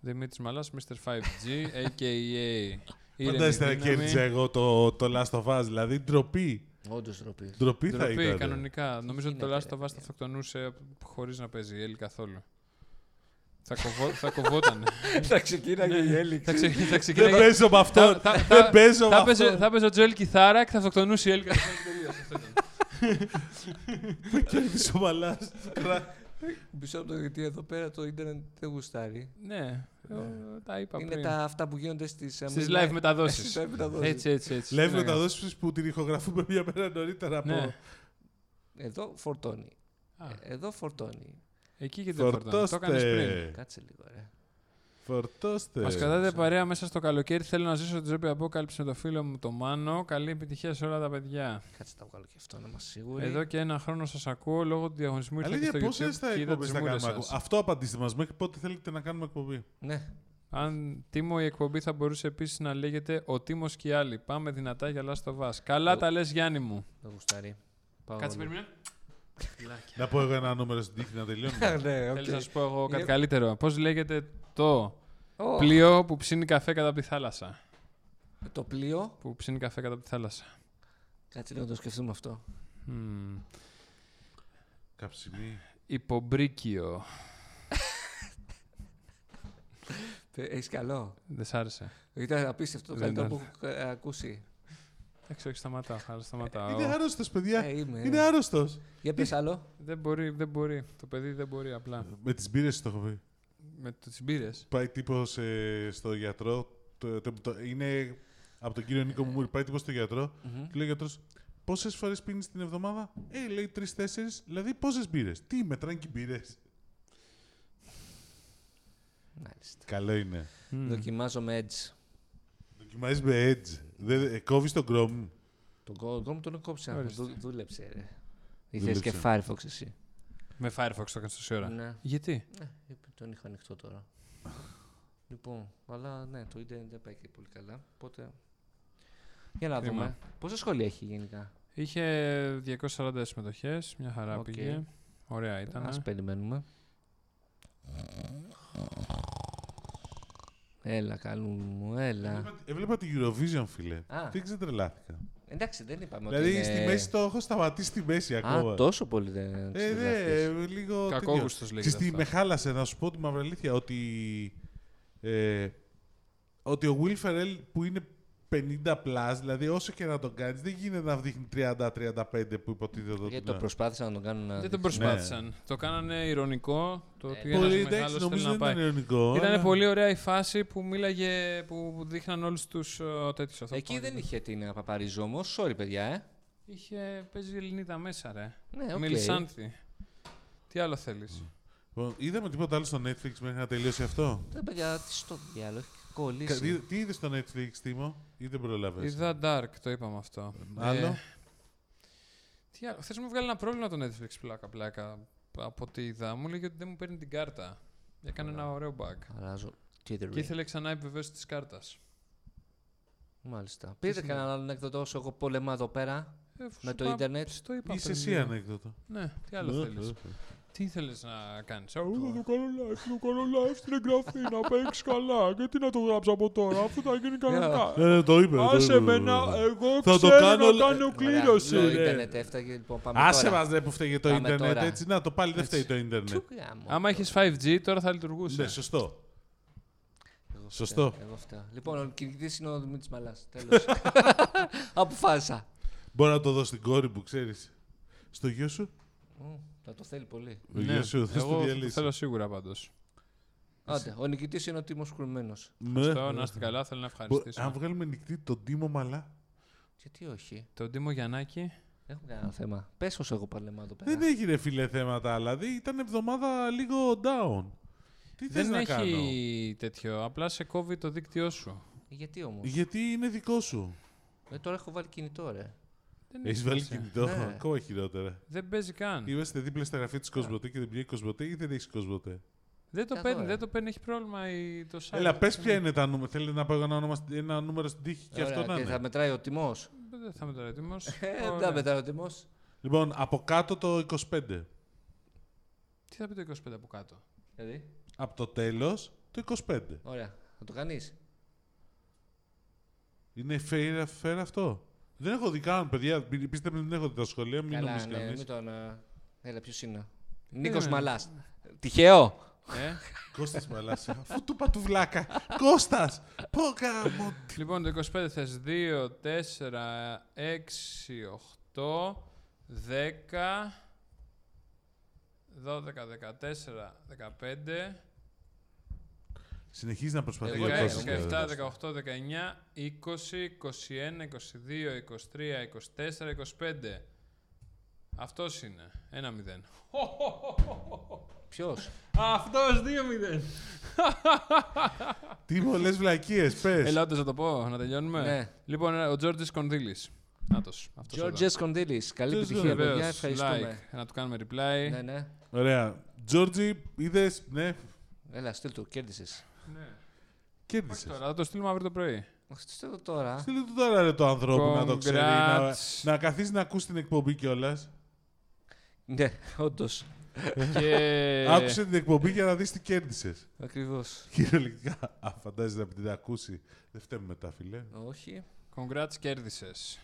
Speaker 1: Δημήτρης Μαλάς, Mr. 5G, a.k.a.
Speaker 2: Φαντάζεστε να κέρδισα εγώ το, το Last of Us, δηλαδή ντροπή.
Speaker 3: Όντως ντροπή.
Speaker 2: Ντροπή θα
Speaker 1: Τροπή,
Speaker 2: ήταν.
Speaker 1: κανονικά. Νομίζω ότι το Last
Speaker 3: γίνεται,
Speaker 1: of
Speaker 3: ρε,
Speaker 1: Us θα αυτοκτονούσε χωρίς να παίζει Έλλη καθόλου. Θα, κοβό, θα κοβόταν.
Speaker 3: Θα ξεκίναγε η Έλλη.
Speaker 1: θα, ξε, θα
Speaker 2: Δεν
Speaker 1: ξεκινάει.
Speaker 2: παίζω με
Speaker 1: θα,
Speaker 2: αυτό.
Speaker 1: θα,
Speaker 2: Δεν
Speaker 1: θα,
Speaker 2: παίζω με
Speaker 1: θα, παίζε-
Speaker 2: αυτό.
Speaker 1: θα παίζει ο Τζοέλ κιθάρα και θα αυτοκτονούσε η Έλλη καθόλου. Τελείωσε, αυτό ήταν.
Speaker 2: Θα κέρδισε ο Μαλάς.
Speaker 3: Πίσω από το γιατί εδώ πέρα το ίντερνετ δεν γουστάρει.
Speaker 1: Ναι, ο- τα είπα
Speaker 3: Ε, Είναι
Speaker 1: πριν.
Speaker 3: τα αυτά που γίνονται στις... ε,
Speaker 1: Στις
Speaker 3: μη-
Speaker 1: live μεταδόσεις.
Speaker 3: Στις live μεταδόσεις.
Speaker 1: έτσι, έτσι, έτσι. Ναι,
Speaker 2: Λέει
Speaker 1: Τι
Speaker 2: με
Speaker 1: να
Speaker 2: τα
Speaker 1: κάνω.
Speaker 2: δόσεις που την ηχογραφούμε μια μέρα νωρίτερα από.
Speaker 1: Ναι.
Speaker 3: Εδώ φορτώνει.
Speaker 1: Α,
Speaker 3: Ε, Εδώ φορτώνει.
Speaker 1: Εκεί και δεν φορτώνει. Το έκανες πριν.
Speaker 2: Φορτώστε.
Speaker 3: Κάτσε λίγο, ρε.
Speaker 2: Φορτώστε.
Speaker 1: Μας κρατάτε παρέα μέσα στο καλοκαίρι. Θέλω να ζήσω τη ζωή απόκαλυψη με το φίλο μου το Μάνο. Καλή επιτυχία σε όλα τα παιδιά.
Speaker 3: Κάτσε τα βγάλω και αυτό να είμαστε σίγουροι.
Speaker 1: Εδώ και ένα χρόνο σας ακούω λόγω του διαγωνισμού ήρθα και
Speaker 2: Αλήθεια,
Speaker 1: στο
Speaker 2: πόσε
Speaker 1: YouTube
Speaker 2: θα
Speaker 1: και είδα
Speaker 2: εκπομπέ
Speaker 1: τις
Speaker 2: θα
Speaker 1: μούρες
Speaker 2: κάνουμε.
Speaker 1: σας.
Speaker 2: ακου- Αυτό απαντήστε μας. Μέχρι πότε θέλετε να κάνουμε εκπομπή.
Speaker 3: Ναι.
Speaker 1: Αν Τίμο, η εκπομπή θα μπορούσε επίσης να λέγεται Ο Τίμος και οι άλλοι. Πάμε δυνατά για Last of Us. Καλά
Speaker 3: Ο-
Speaker 1: τα λες, Γιάννη μου.
Speaker 3: Δεν γουστάρει. Πάω
Speaker 1: Κάτσε,
Speaker 3: όλο.
Speaker 1: περίμενε.
Speaker 2: Να πω εγώ ένα νούμερο στην τύχη να τελειώνει.
Speaker 3: Ναι, οκ.
Speaker 1: Θέλω να σου πω εγώ κάτι
Speaker 3: Ε,
Speaker 1: καλύτερο. Πώς λέγεται το
Speaker 3: Ω,
Speaker 1: πλοίο που ψήνει καφέ κατά από τη θάλασσα.
Speaker 3: Το πλοίο.
Speaker 1: Που ψήνει καφέ κατά από τη θάλασσα.
Speaker 3: Κάτσε λίγο να το σκεφτούμε αυτό.
Speaker 1: Μμμ.
Speaker 2: Καψιμί.
Speaker 1: Υπομπρίκιο.
Speaker 3: Έχει Ε, καλό.
Speaker 1: Δεν σ' άρεσε.
Speaker 3: Ήταν απίστευτο το
Speaker 1: Δεν
Speaker 3: καλύτερο που έχω ε, ακούσει.
Speaker 1: Εντάξει, όχι, σταματάω. Άρα σταματάω.
Speaker 2: Είναι άρρωστος, παιδιά.
Speaker 3: Ε, είμαι.
Speaker 2: Είναι άρρωστος.
Speaker 3: Για πες άλλο.
Speaker 1: Δεν μπορεί, δεν μπορεί. Το παιδί δεν μπορεί απλά.
Speaker 2: Με τις μπύρες το έχω πει.
Speaker 1: Με τις μπύρες.
Speaker 2: Πάει τύπος στο γιατρό. το- το- το- Είναι από τον κύριο Νίκο Μουμούρη. Πάει τύπος στο γιατρό. Του λέει ο γιατρός. Πόσες φορές πίνεις την εβδομάδα. Ε, λέει τρει-τέσσερι. Δηλαδή πόσες μπύρες. Τι μετράνε και μπύρες.
Speaker 3: Μάλιστα.
Speaker 2: Καλό είναι.
Speaker 3: Δοκιμάζομαι Edge.
Speaker 2: Δοκιμάζεις με edge. Κόβεις τον Chrome.
Speaker 3: Τον κο- τον τον κόψα.
Speaker 1: Ορίστε.
Speaker 3: Δου- Δούλεψε, ρε. Ήθελες
Speaker 2: Δούλεψε.
Speaker 3: και Firefox εσύ.
Speaker 1: Με Firefox το έκανες τόση ώρα.
Speaker 3: Ναι.
Speaker 1: Γιατί.
Speaker 3: Ναι, είπε, τον είχα ανοιχτό τώρα. λοιπόν, αλλά ναι, το ίντερνετ δεν πάει και πολύ καλά. Οπότε. Για να
Speaker 1: Κρίμα.
Speaker 3: δούμε. Πόσα σχόλια έχει γενικά.
Speaker 1: Είχε 240 συμμετοχές. Μια χαρά
Speaker 3: Οκ.
Speaker 1: πήγε. Ωραία ήταν. ε.
Speaker 3: Α περιμένουμε. Έλα, καλού μου, έλα.
Speaker 2: Έβλεπα- Έβλεπα την Eurovision, φίλε.
Speaker 3: Ναι. Α.
Speaker 2: Δεν ξετρελάθηκα.
Speaker 3: Εντάξει, δεν είπαμε
Speaker 2: Δηλαδή
Speaker 3: ότι.
Speaker 2: στη
Speaker 3: είναι-
Speaker 2: μέση το έχω σταματήσει στη μέση ακόμα.
Speaker 3: Α, τόσο πολύ δεν.
Speaker 2: Ε, ναι,
Speaker 3: ξεδραχτείς.
Speaker 2: ε, λίγο.
Speaker 1: Κακόγουστος
Speaker 2: τέτοιο.
Speaker 1: λέγεται
Speaker 2: Ξέρεις τι
Speaker 1: αυτό.
Speaker 2: με χάλασε, να σου πω τη μαύρη αλήθεια, ότι. ε, ότι ο Will Ferrell που είναι 50 plus, δηλαδή όσο και να τον κάνεις, δεν γίνεται να δείχνει 30-35 που υποτίθεται ότι.
Speaker 3: Γιατί το προσπάθησαν να τον κάνουν
Speaker 1: Δεν
Speaker 3: να. δείξει.
Speaker 1: τον προσπάθησαν. Το κάνανε ηρωνικό.
Speaker 3: Ε,
Speaker 1: Το ότι
Speaker 3: ναι.
Speaker 1: ένας
Speaker 2: Πολύ
Speaker 1: μεγάλος
Speaker 2: εντάξει,
Speaker 1: θέλει
Speaker 2: νομίζω
Speaker 1: να
Speaker 2: δεν
Speaker 1: πάει.
Speaker 2: ήταν ειρωνικό.
Speaker 1: Ήταν
Speaker 2: αλλά-
Speaker 1: πολύ ωραία η φάση που μίλαγε, που δείχναν ε, όλους τους τέτοιου
Speaker 3: Εκεί δεν είχε την Παπαρίζου όμω. Sorry, παιδιά, ε.
Speaker 1: Είχε παίζει Ελληνίδα μέσα, ρε.
Speaker 3: Ναι, οκ.
Speaker 1: Μιλισάνθη. Τι άλλο θέλεις.
Speaker 2: Λοιπόν, Είδαμε τίποτα άλλο στο Netflix μέχρι να τελειώσει αυτό.
Speaker 3: Ρε παιδιά, τι στο διάλογο, έχει
Speaker 2: Κα- τι-
Speaker 3: κολλήσει.
Speaker 2: Τι είδες στο Netflix, Τίμο, ή δεν προλαβες.
Speaker 1: Είδα Dark, το είπαμε αυτό.
Speaker 2: Άλλο.
Speaker 1: Ε, τι άλλο. Χθε μου βγάλει ένα πρόβλημα το Netflix πλάκα-πλάκα. Από ό,τι είδα, μου λέγει ότι δεν μου παίρνει την κάρτα. Έκανε ένα ωραίο bug.
Speaker 3: Αράζω. Τι είδε,
Speaker 1: Και
Speaker 3: ρε.
Speaker 1: ήθελε ξανά επιβεβαίωση της κάρτας.
Speaker 3: Μάλιστα. Πείτε
Speaker 1: συνέβη?
Speaker 3: κανέναν άλλο έκδοτο όσο εγώ πολεμά εδώ πέρα με το ίντερνετ.
Speaker 1: Το Ε, είπα
Speaker 2: Είσαι
Speaker 1: πριν
Speaker 2: εσύ
Speaker 1: λίγο.
Speaker 2: ανέκδοτο.
Speaker 1: Ναι, τι άλλο
Speaker 2: Ε,
Speaker 1: θέλεις.
Speaker 2: ε,
Speaker 1: Τι ήθελε να ε? κάνει. Εγώ το κάνω live, το κάνω live στην εγγραφή να παίξεις καλά. Γιατί να το γράψω από τώρα, αυτό θα γίνει κανονικά.
Speaker 2: Ε, το είπε. το είπε,
Speaker 1: Άσε
Speaker 2: το
Speaker 1: με
Speaker 2: είπε.
Speaker 1: να, εγώ
Speaker 2: Θα το
Speaker 1: ξέρω
Speaker 2: κάνω
Speaker 1: να
Speaker 2: λε-
Speaker 1: κάνω κλήρωση.
Speaker 3: Το
Speaker 1: ρε.
Speaker 3: ίντερνετ έφταγε, λοιπόν πάμε
Speaker 2: Άσε
Speaker 3: τώρα.
Speaker 2: μας ρε που φταίει το
Speaker 3: Πάμε
Speaker 2: ίντερνετ
Speaker 3: τώρα.
Speaker 2: έτσι. Να το πάλι δεν
Speaker 1: Έτσι.
Speaker 2: φταίει το ίντερνετ.
Speaker 3: Τσου γάμο.
Speaker 1: Άμα είχε 5G, τώρα θα
Speaker 2: Ναι,
Speaker 1: λειτουργούσε.
Speaker 2: σωστό.
Speaker 3: Εγώ
Speaker 2: Σωστό.
Speaker 3: φταίω, Εγώ φταίω. Λοιπόν, ο κυνηγητή είναι ο Δημήτρης Μαλάς. Τέλος. Αποφάσισα.
Speaker 2: Μπορώ να το δω στην κόρη μου, ξέρεις. Στο γιο σου.
Speaker 3: Μμ, Θα το θέλει πολύ.
Speaker 2: Ο γιο σου θα στο
Speaker 1: Ναι, εγώ
Speaker 2: διαλύσεις.
Speaker 1: θέλω σίγουρα πάντως.
Speaker 3: Άντε, ο νικητής είναι ο Τίμος Κουρμένο.
Speaker 2: Ναι.
Speaker 1: Αυτό να είστε καλά, θέλω να
Speaker 2: Μπο-
Speaker 1: ευχαριστήσω.
Speaker 2: Αν βγάλουμε νυχτή τον Τίμο Μαλά.
Speaker 3: Γιατί όχι.
Speaker 1: Τον Τίμο Γιαννάκη.
Speaker 3: Δεν έχουμε κανένα θέμα. Πες όσο εγώ παλεμά εδώ πέρα.
Speaker 2: Δεν έγινε φίλε θέματα, δηλαδή ήταν εβδομάδα λίγο down. Τι θες
Speaker 1: Δεν
Speaker 2: να κάνω.
Speaker 1: έχει τέτοιο. Απλά σε κόβει το δίκτυό σου.
Speaker 3: Γιατί όμως.
Speaker 2: Γιατί είναι δικό σου.
Speaker 3: Ε, τώρα έχω βάλει κινητό, ρε.
Speaker 1: Δεν
Speaker 2: Έχεις
Speaker 1: έχει
Speaker 2: βάλει
Speaker 1: σημασία. Ναι.
Speaker 2: κινητό.
Speaker 3: Ναι.
Speaker 2: Ακόμα χειρότερα.
Speaker 1: Δεν παίζει καν.
Speaker 2: Είμαστε δίπλα στα γραφεία της Κοσμοτέ και δεν πιέζει Κοσμοτέ ή δεν έχεις Κοσμοτέ.
Speaker 1: Δεν το
Speaker 3: Εδώ,
Speaker 1: παίρνει,
Speaker 3: ε.
Speaker 1: δεν το παίρνει. Έχει πρόβλημα η- το site.
Speaker 2: Έλα, πες ποια είναι τα νούμερα. Θέλετε να πω εγώ ένα, όνομα- ένα νούμερο στην τύχη και
Speaker 3: Ωραία,
Speaker 2: αυτό να
Speaker 3: και
Speaker 2: είναι.
Speaker 3: θα μετράει ο τιμός.
Speaker 1: Δεν θα είμαι τώρα έτοιμος.
Speaker 3: Ε,
Speaker 1: Ωραία.
Speaker 3: δεν μετράει ο τιμός.
Speaker 2: Λοιπόν, από κάτω το 25.
Speaker 1: Τι θα πει το 25 από κάτω.
Speaker 3: Δηλαδή.
Speaker 2: Από το τέλος το 25.
Speaker 3: Ωραία. Θα το κάνεις.
Speaker 2: Είναι fair, fair αυτό. Δεν έχω δει καν, παιδιά. Μην- Πίστεψτε με, δεν έχω δει τα σχολεία. Μην
Speaker 3: Καλά,
Speaker 2: νομίζεις
Speaker 3: ναι,
Speaker 2: κανείς.
Speaker 3: μην τον. ε, Έλα, ποιος είναι. Νίκο
Speaker 1: είναι.
Speaker 3: Μαλάς. Τυχαίο.
Speaker 1: Ε,
Speaker 2: Κώστας Μαλάσα. Αφού του είπα του βλάκα. Κώστας! Πω γάμο.
Speaker 1: λοιπόν, το 25 θες 2, 4, 6, 8, 10, 12, 14, 15,
Speaker 2: Συνεχίζει να προσπαθεί.
Speaker 3: Εγώ
Speaker 1: 16,
Speaker 2: για
Speaker 3: λέω,
Speaker 2: Κώστα.
Speaker 1: 17, 18, 19, 20, 21, 22, 23, 24, 25. Αυτός είναι. 1-0.
Speaker 3: Ποιος.
Speaker 1: Αυτός 2-0.
Speaker 2: Τι πολλέ βλακίες, πες.
Speaker 1: Έλα, όντως να το πω, να τελειώνουμε.
Speaker 3: Ναι.
Speaker 1: Λοιπόν, ε, ο Τζόρτζης Κονδύλης. Νάτος. αυτός εδώ.
Speaker 3: Τζορτζε Κονδύλης. Καλή
Speaker 2: Ποιος
Speaker 3: επιτυχία,
Speaker 2: είναι,
Speaker 3: παιδιά.
Speaker 1: Βεβαίως,
Speaker 3: Ευχαριστούμε.
Speaker 1: like, να του κάνουμε reply.
Speaker 3: Ναι, ναι.
Speaker 2: Ωραία. Τζόρτζι, είδες. Ναι,
Speaker 3: Έλα, στείλ του, κέρδισες.
Speaker 1: Όχι
Speaker 2: κέρδισε.
Speaker 1: τώρα, θα το στείλουμε αύριο το πρωί.
Speaker 3: Όχι, το στείλω τώρα.
Speaker 2: Στείλε του τώρα ρε το ανθρώπου να το ξέρει. Να,
Speaker 1: Congrats.
Speaker 2: να καθίσει να ακούσει την εκπομπή κιόλας.
Speaker 3: Ναι, όντως.
Speaker 1: Και...
Speaker 3: Ε.
Speaker 2: Άκουσε την εκπομπή για να δεις τι κέρδισες.
Speaker 3: Ακριβώς.
Speaker 2: Κυριολεκτικά. Α, φαντάζεσαι να την ακούσει. Δεν φταίμε μετά, φιλέ.
Speaker 3: Όχι.
Speaker 1: Congrats, κέρδισες.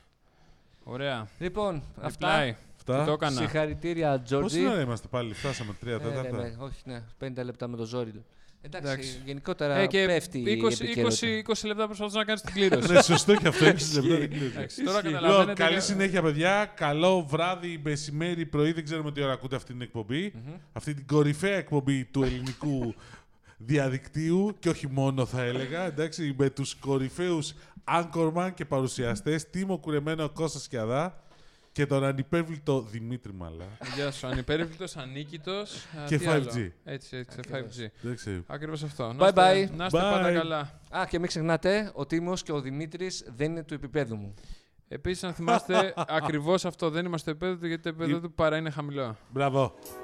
Speaker 1: Ωραία.
Speaker 3: Λοιπόν, αυτά.
Speaker 1: Reply.
Speaker 2: Αυτά.
Speaker 1: Το έκανα.
Speaker 3: Συγχαρητήρια,
Speaker 2: Πόση
Speaker 3: Τζορτζι.
Speaker 2: ώρα είμαστε πάλι, φτάσαμε τρία
Speaker 3: Ε, ρε,
Speaker 2: τέταρτα.
Speaker 3: με, όχι, ναι, 50 λεπτά με το ζόρι του. Εντάξει,
Speaker 1: Εντάξει.
Speaker 3: γενικότερα
Speaker 1: Ε, και
Speaker 3: πέφτει η
Speaker 1: 20, 20,
Speaker 3: επικαιρότητα.
Speaker 1: 20 λεπτά προσπαθούσα να κάνεις την κλήρωση.
Speaker 2: Ναι, σωστό και αυτό. έχεις λεπτό, δεν κλείνει.
Speaker 1: Εντάξει, τώρα
Speaker 2: Ισχύει.
Speaker 1: καταλαβαίνετε
Speaker 2: Λοιπόν, Καλή
Speaker 1: για-
Speaker 2: συνέχεια, παιδιά. Καλό βράδυ, μεσημέρι, πρωί. Δεν ξέρουμε τι ώρα ακούτε αυτή την εκπομπή. Αυτή την κορυφαία εκπομπή του ελληνικού διαδικτύου και όχι μόνο θα έλεγα, εντάξει, με τους κορυφαίους Anchorman και παρουσιαστές Τίμο Κουρεμένο, Κώστας Κιαδά και τον ανυπέβλητο Δημήτρη Μαλά.
Speaker 1: Γεια σου, ανυπέρβλητος, ανίκητος. Α,
Speaker 2: Και
Speaker 1: τι άλλο.
Speaker 2: 5G.
Speaker 1: Έτσι, έτσι, 5G.
Speaker 2: Δεν ξέρω.
Speaker 1: Ακριβώς αυτό.
Speaker 3: Bye,
Speaker 1: Να είστε-
Speaker 3: bye.
Speaker 1: Να είστε
Speaker 2: Bye.
Speaker 1: πάντα καλά.
Speaker 3: Α, και μην ξεχνάτε, ο Τίμος και ο Δημήτρης δεν είναι του επίπεδου μου.
Speaker 1: Επίσης, να θυμάστε ακριβώς αυτό. Δεν είμαστε επίπεδο του, γιατί το επίπεδο του παρά είναι χαμηλό.
Speaker 2: Μπράβο.